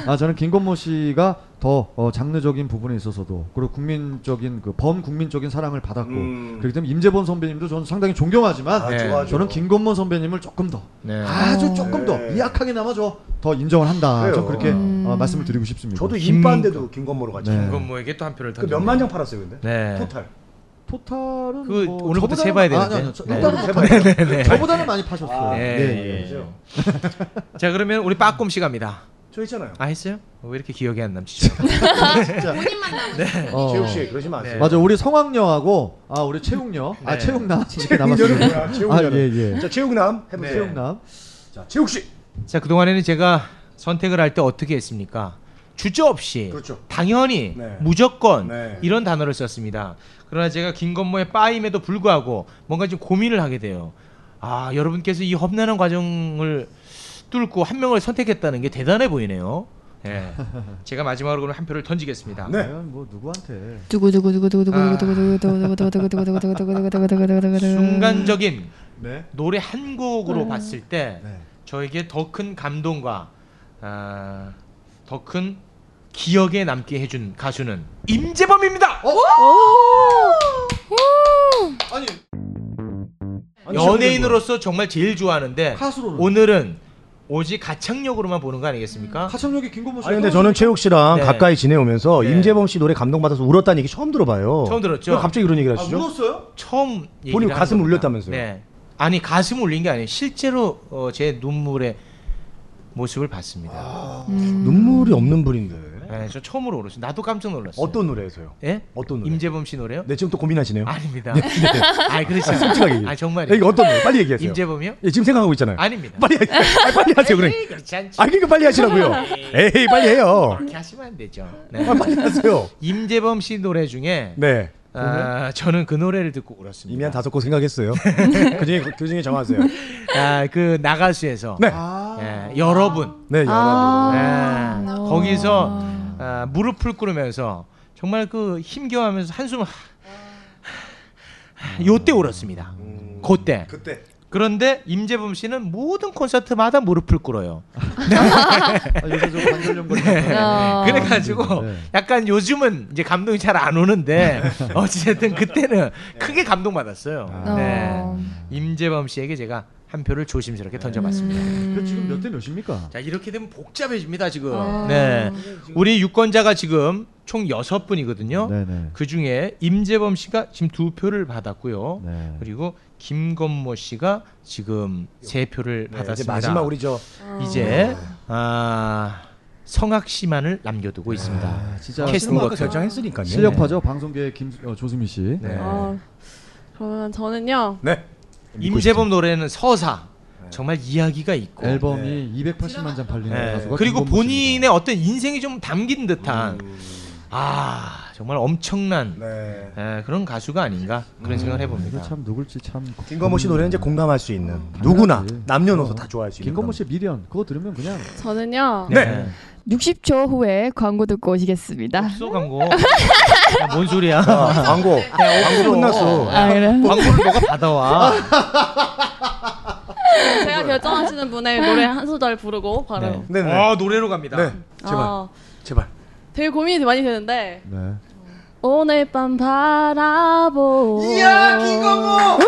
아 저는 김건모 씨가 더 어, 장르적인 부분에 있어서도 그리고 국민적인 그 범국민적인 사랑을 받았고 그렇기 때문에 임재범 선배님도 저는 상당히 존경하지만
아, 좋아하죠.
저는 김건모 선배님을 조금 더
네.
아주 조금 더 미약하게나마저 더 인정을 한다.
어. 네. 그래요.
저 그렇게 어, 말씀을 드리고 싶습니다.
저도 인바인데도 김건모로 갔죠.
네.
김건모에게 또 한 표를
그 몇만 장 팔았어요, 근데?
네.
토탈.
토탈은
그
뭐
오늘부터
저보다는-
세봐야 되는데.
아니, 아니요. 저-
네.
일단은
네.
토탈이요.
네, 네.
저보다는 많이 파셨어요.
아,
네,
예,
예.
예. 자 그러면 우리 빠꼼 씨 갑니다.
그렇죠. 저 있잖아요.
아 했어요? 왜 이렇게 기억이 안 남지?
진짜.
본인만
네.
어.
최욱 씨 그러시면 안 돼요.
맞아 우리 성황녀하고 아 우리 채욱녀 아
네.
채욱남 이렇게
채욱녀는
남았습니다.
뭐야? 채욱녀는.
아예예
자, 채욱남 해보세요.
채욱남.
자, 최욱 씨.
자 그동안에는 제가 선택을 할 때 어떻게 했습니까? 주저 없이 당연히 무조건 이런 단어를 썼습니다. 그러나 제가 김건모의 빠임에도 불구하고 뭔가 좀 고민을 하게 돼요. 아 여러분께서 이 험난한 과정을 뚫고 한 명을 선택했다는 게 대단해 보이네요. 예. 제가 마지막으로 그럼 한 표를 던지겠습니다.
네. 뭐 누구한테?
두구 두구 두구 두구 두구 두구 두구 두구 두구 두구 두구 두구 두구 두구 두구 두구 두구
네.
두구
순간적인
네.
노래 한 곡으로
음.
봤을 때
네.
저에게 더 큰 감동과 아, 더 큰 기억에 남게 해준 가수는 임재범입니다.
아니
연예인으로서 정말 제일 좋아하는데
가수로는?
오늘은 오직 가창력으로만 보는 거
음.
아니겠습니까?
가창력이 김건모
아니 근데 저는 최욱 씨랑
네.
가까이 지내오면서 임재범 씨 노래 감동받아서 울었다는 얘기 처음 들어봐요.
처음 들었죠. 아,
왜 갑자기 그런 얘기를 하시죠?
울었어요? 처음 얘기를
본인
하는
가슴
겁니다.
울렸다면서요.
네. 아니 가슴 울린 게 아니에요. 실제로 어, 제 눈물의 모습을 봤습니다.
아. 음. 눈물이 없는 분인데.
네, 저 처음으로 울었어요. 나도 깜짝 놀랐어요.
어떤 노래에서요?
예?
어떤 노래?
임재범 씨 노래요?
네 지금 또 고민하시네요.
아닙니다.
네, 네.
아, 그렇지.
아, 솔직하게. 얘기해.
아, 정말이에요.
이게 어떤 노래? 빨리 얘기하세요.
임재범이요?
예, 지금 생각하고 있잖아요.
아닙니다.
빨리 하- 아, 빨리 하세요 그래.
에이, 그렇지 않죠.
아 그러니까 빨리 하시라고요. 에이 빨리 해요.
그렇게 하시면 안 되죠. 네.
아, 빨리 하세요.
임재범 씨 노래 중에
네.
아, 저는 그 노래를 듣고 울었습니다.
이미 한 다섯 곡 생각했어요. 그중에 그중에 정하세요.
아, 그 나가수에서 네. 예, 여러분.
네, 여러분.
아,
아,
거기서 아, 무릎을 꿇으면서 정말 그 힘겨워하면서 한숨을 하- 하- 하- 요때 울었습니다. 그때.
그때.
그런데 임재범 씨는 모든 콘서트마다 무릎을 꿇어요. 아,
요새 좀 관절염 걸린
네.
아.
그래가지고
네.
약간 요즘은 이제 감동이 잘 안 오는데 어쨌든 그때는 크게 감동받았어요.
아.
네. 임재범 씨에게 제가 한 표를 조심스럽게 던져봤습니다.
음.
그 지금 몇 대 몇입니까?
자 이렇게 되면 복잡해집니다 지금.
아.
네. 우리 유권자가 지금 총 여섯 분이거든요.
네네.
그 중에 임재범 씨가 지금 두 표를 받았고요.
네.
그리고 김건모 씨가 지금 세 표를
네,
받았습니다.
이제 마지막 우리 저-
어.
아.
이제 아 성악 씨만을 남겨두고 있습니다.
아.
진짜
캐스팅
실력파-
버튼.
실력파죠. 방송계 김 어, 조수미 씨.
네.
어, 그러면 아. 저는요.
네.
임재범 노래는 서사. 정말 이야기가 있고
네. 앨범이 280만 장 팔리는
네.
가수가
그리고
김건모 씨입니다. 음.
본인의 어떤 인생이 좀 담긴 듯한 아 정말 엄청난
네.
예, 그런 가수가 아닌가
음.
그런 생각을 해봅니다.
이거 참 누굴지 참
김건모 씨 노래는 이제 공감할 수 있는
당연하지.
누구나 남녀노소 다 좋아할 수
음.
있는
어. 김건모 씨의 미련 그거 들으면 그냥
저는요.
네.
60초 후에 광고 듣고 오시겠습니다.
옥소 광고. 야, 뭔 소리야? 광고.
아,
아,
광고 끝났어.
아, 그래?
광고를 너가 받아와.
제가 결정하시는 분의 노래 한 소절 부르고 바로.
네네.
아 노래로 갑니다.
제발.
어,
제발.
되게 고민이 많이 되는데
네.
오늘 밤 바라보.
이야, 김건모!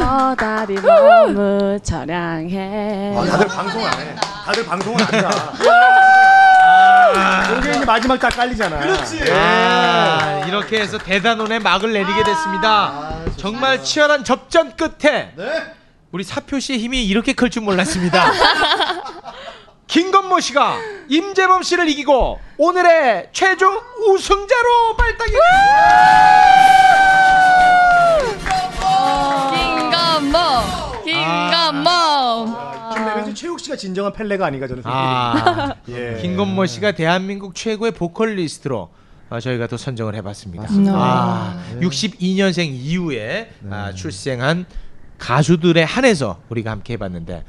아.
다리 너무 처량해.
아, 다들 방송 안 해. 다들 방송을 안 해.
아.
아. 이게 이제 마지막 딱 깔리잖아.
그렇지. 아, 이렇게 해서 대단원의 막을 내리게 됐습니다. 네. 정말 치열한 접전 끝에 우리 사표 씨의 힘이 이렇게 클 줄 몰랐습니다. 김건모 씨가 임재범 씨를 이기고 오늘의 최종 우승자로 발탁이
긴가모 긴가모
김래면서 아. 최욱 씨가 진정한 펠레가 아닌가 저는
아,
생각이. 예.
김건모 씨가 대한민국 최고의 보컬리스트로 어, 저희가 또 선정을 해봤습니다.
맞습니다.
아,
네.
62년생 이후에 아, 출생한 가수들에 한해서 우리가 함께 해봤는데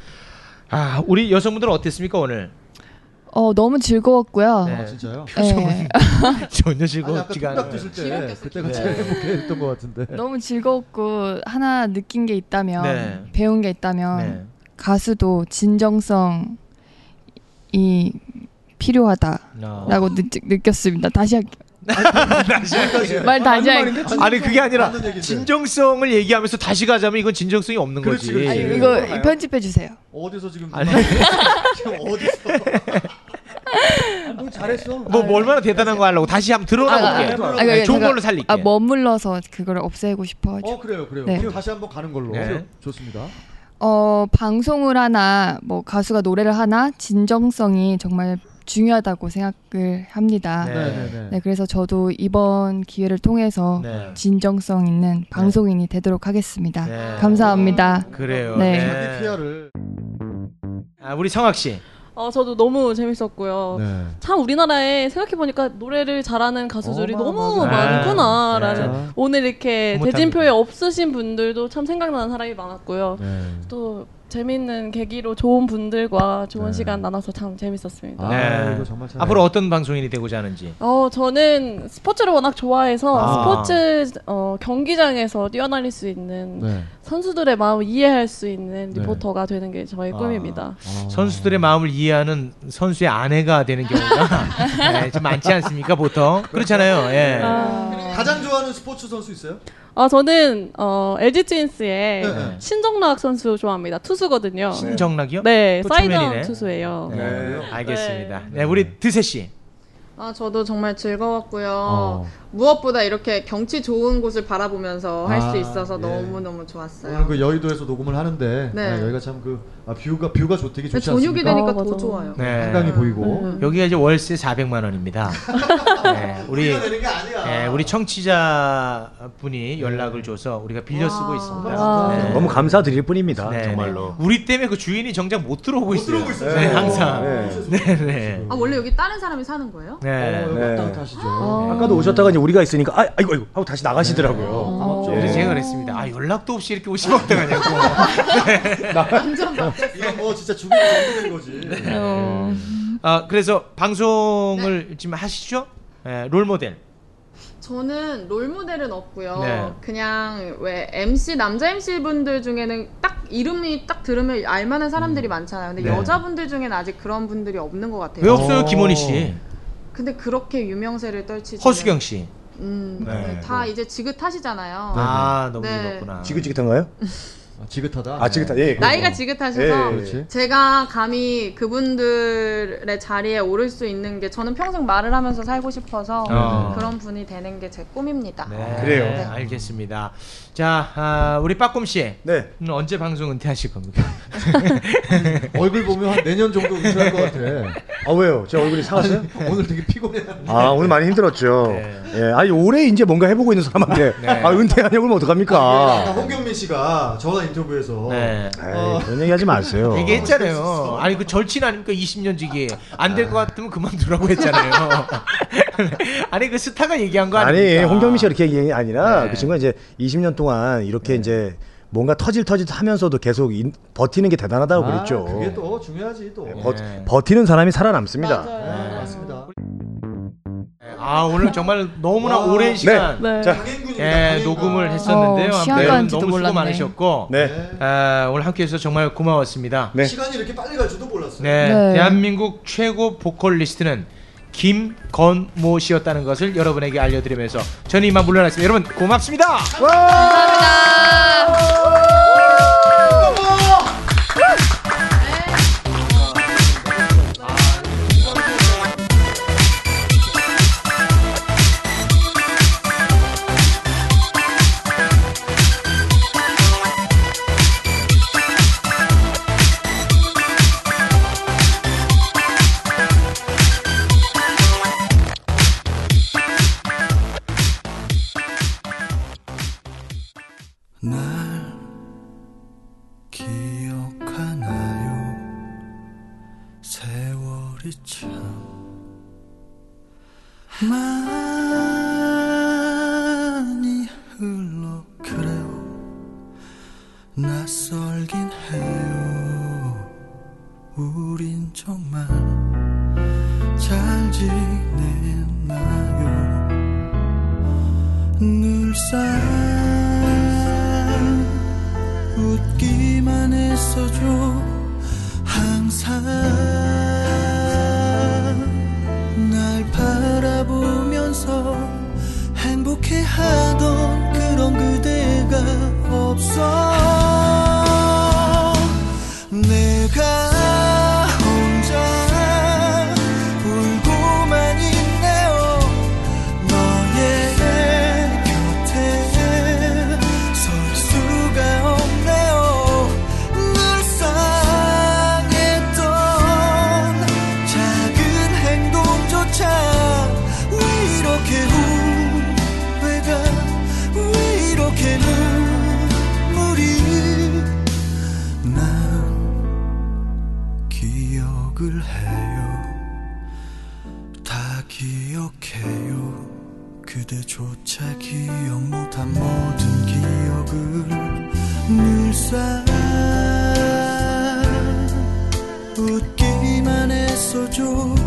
아, 우리 여성분들은 어땠습니까 오늘?
어 너무 즐거웠고요.
네. 아, 진짜요?
네.
전혀
아니,
즐거웠지가
아까 통닭
않아요.
드실 때 어, 네. 그때가 제일
네.
행복했던 것 같은데.
너무 즐거웠고 하나 느낀 게 있다면
네.
배운 게 있다면
네.
가수도 진정성이
아.
필요하다라고 느, 꼈습니다 다시 할게요. 말 다시 할게요.
아니 그게 아니라 진정성을 얘기하면서 다시 가자면 이건 진정성이 없는 거지.
아니, 그 이거 편집해 주세요.
어디서 지금
아니.
지금 어디서? 뭘 잘했어?
뭐, 뭐 얼마나 대단한 거 하려고 다시 한번 들어나 볼게.
아,
아니, 좋은
제가-
걸로 살릴게.
아, 머물러서 그걸 없애고 싶어.
어 그래요 그래요.
네.
그럼 다시 한번 가는 걸로
네.
좋습니다.
어, 방송을 하나 뭐 가수가 노래를 하나 진정성이 정말 중요하다고 생각을 합니다.
네, 네, 네.
그래서 저도 이번 기회를 통해서
네.
진정성 있는 방송인이 되도록 하겠습니다.
네.
아, 감사합니다.
그래요.
네.
피아를.
아, 우리 성학 씨.
어, 저도 너무 재밌었고요.
네.
참 우리나라에 생각해보니까 노래를 잘하는 가수들이 너무
어마어마하네.
많구나라는
네.
오늘 이렇게
흐뭇합니다.
대진표에 없으신 분들도 참 생각나는 사람이 많았고요.
네.
또 재밌는 계기로 좋은 분들과 좋은 시간 나눠서 참 재밌었습니다.
네.
아, 이거 정말 참-
앞으로 어떤 방송인이 되고자 하는지.
어, 저는 스포츠를 워낙 좋아해서
아.
스포츠 어, 경기장에서 뛰어다닐 수 있는
네.
선수들의 마음을 이해할 수 있는
네.
리포터가 되는 게 저의
아.
꿈입니다.
선수들의 마음을 이해하는 선수의 아내가 되는 경우가 네, 좀 많지 않습니까 보통 그렇잖아요.
그렇죠.
예.
가장 좋아하는 스포츠 선수 있어요?
아 저는 어, LG 트윈스의
네, 네.
신정락 선수 좋아합니다. 투수거든요.
신정락이요?
네,
또
사이드아웃
초면이네.
투수예요.
네, 알겠습니다. 네, 우리 드세 씨.
아, 저도 정말 즐거웠고요.
어.
무엇보다 이렇게 경치 좋은 곳을 바라보면서 할 수
아,
있어서
예.
너무너무 좋았어요.
오늘 그 여의도에서 녹음을 하는데
네.
아, 여기가 참 그 뷰가 뷰가 좋 되게 좋지
저녁이
않습니까?
되니까 더 좋아요.
네.
한강이 보이고.
여기가 이제 월세 400만 원입니다. 네, 우리
우리가 내는 게 아니야.
네, 우리 청취자 분이 연락을 줘서 우리가 빌려 쓰고 있습니다.
아.
네.
너무 감사드릴 뿐입니다.
네,
아, 정말로.
네. 우리 때문에 그 주인이 정작 못 들어오고 있어요.
들어오고 있어요.
네,
네.
항상. 네, 네. 네.
아, 원래 여기 다른 사람이 사는 거예요?
네.
왔다
갔다 하시죠.
아까도 오셨다가 이제 우리가 있으니까 아, 아이고 아이고 하고 다시 나가시더라고요.
그래서 제가 그랬습니다. 아 연락도 없이 이렇게 오시면 어떡하냐고. 네.
완전 네. 어. 이거 뭐 진짜 죽음이 정도된 거지.
네. 아 그래서 방송을
네.
지금 하시죠? 예, 롤 모델.
저는 롤 모델은 없고요.
네.
그냥 왜 MC 남자 MC 분들 중에는 딱 이름이 딱 들으면 알만한 사람들이 많잖아요. 근데
네.
여자분들 중에는 아직 그런 분들이 없는 것
네.
같아요.
왜 없어요, 김원희 씨,
근데 그렇게 유명세를 떨치지.
허수경 씨.
음,
네.
다 이제 지긋하시잖아요.
아 너무
네.
늙었구나.
지긋지긋한가요?
네. 지긋하다.
아 지긋하. 예. 그거.
나이가 지긋하셔서
예, 그렇지.
제가 감히 그분들의 자리에 오를 수 있는 게 저는 평생 말을 하면서 살고 싶어서
아.
어.
그런 분이 되는 게 제 꿈입니다.
네,
그래요.
네, 알겠습니다. 자, 아, 우리 빠꼼 씨. 음,
네.
오늘 언제 방송 은퇴하실 겁니까?
얼굴 보면 한 내년 정도 은퇴할 것 같아.
아 왜요? 제 얼굴이 상하세요?
오늘 되게 피곤해.
아 오늘 많이 힘들었죠. 예, 아니 올해 이제 뭔가 해보고 있는 사람한테
네.
아 은퇴하냐고 하면
아까
어떡합니까?
홍경민 씨가 전화 인터뷰에서
어. 에이, 그런 얘기하지 마세요.
네.
어.
얘기했잖아요. 아니 그 절친 아닙니까 20년 지기에 안 될 것 같으면 그만두라고 했잖아요. 아니 그 스타가 얘기한 거
아니
아닙니까?
홍경민 씨가 이렇게 얘기한 게 아니라 그 친구가 이제 20년 동안 이렇게 이제 뭔가 터질 터질 하면서도 계속 인- 버티는 게 대단하다고 그랬죠. 예,
그게 또 중요하지 또.
버, 버티는 사람이 살아남습니다.
네, 맞습니다.
아 오늘 정말 너무나 오랜 시간
네. 자.
예, 녹음을 했었는데요.
어우, 시간
아무튼
가는지도
너무 수고
몰랐네.
많으셨고
네.
아, 오늘 함께해 주셔서 정말 고마웠습니다. 네.
시간이 이렇게 빨리 갈 줄도 몰랐어요.
네, 대한민국 최고 보컬리스트는 김건모 씨였다는 것을 여러분에게 알려드리면서 저는 이만 물러났습니다. 여러분 고맙습니다.
날 기억하나요? 세월이 참 많이 흘러 그래요. 낯설긴 해요. 우린 정말 잘 지냈나요? 늘상 웃기만 했어줘 항상 날 바라보면서 행복해하던 그런 그대가 없어 내가 혼자 울고만 있네요 너의 곁에 설 수가 없네요 늘 상했던 작은 행동조차 왜 이렇게 후회가 왜 이렇게 눈물이 난 기억을 해요 다 기억해요 그대조차 기억 못한 모든 기억을 늘상 웃기만 했어줘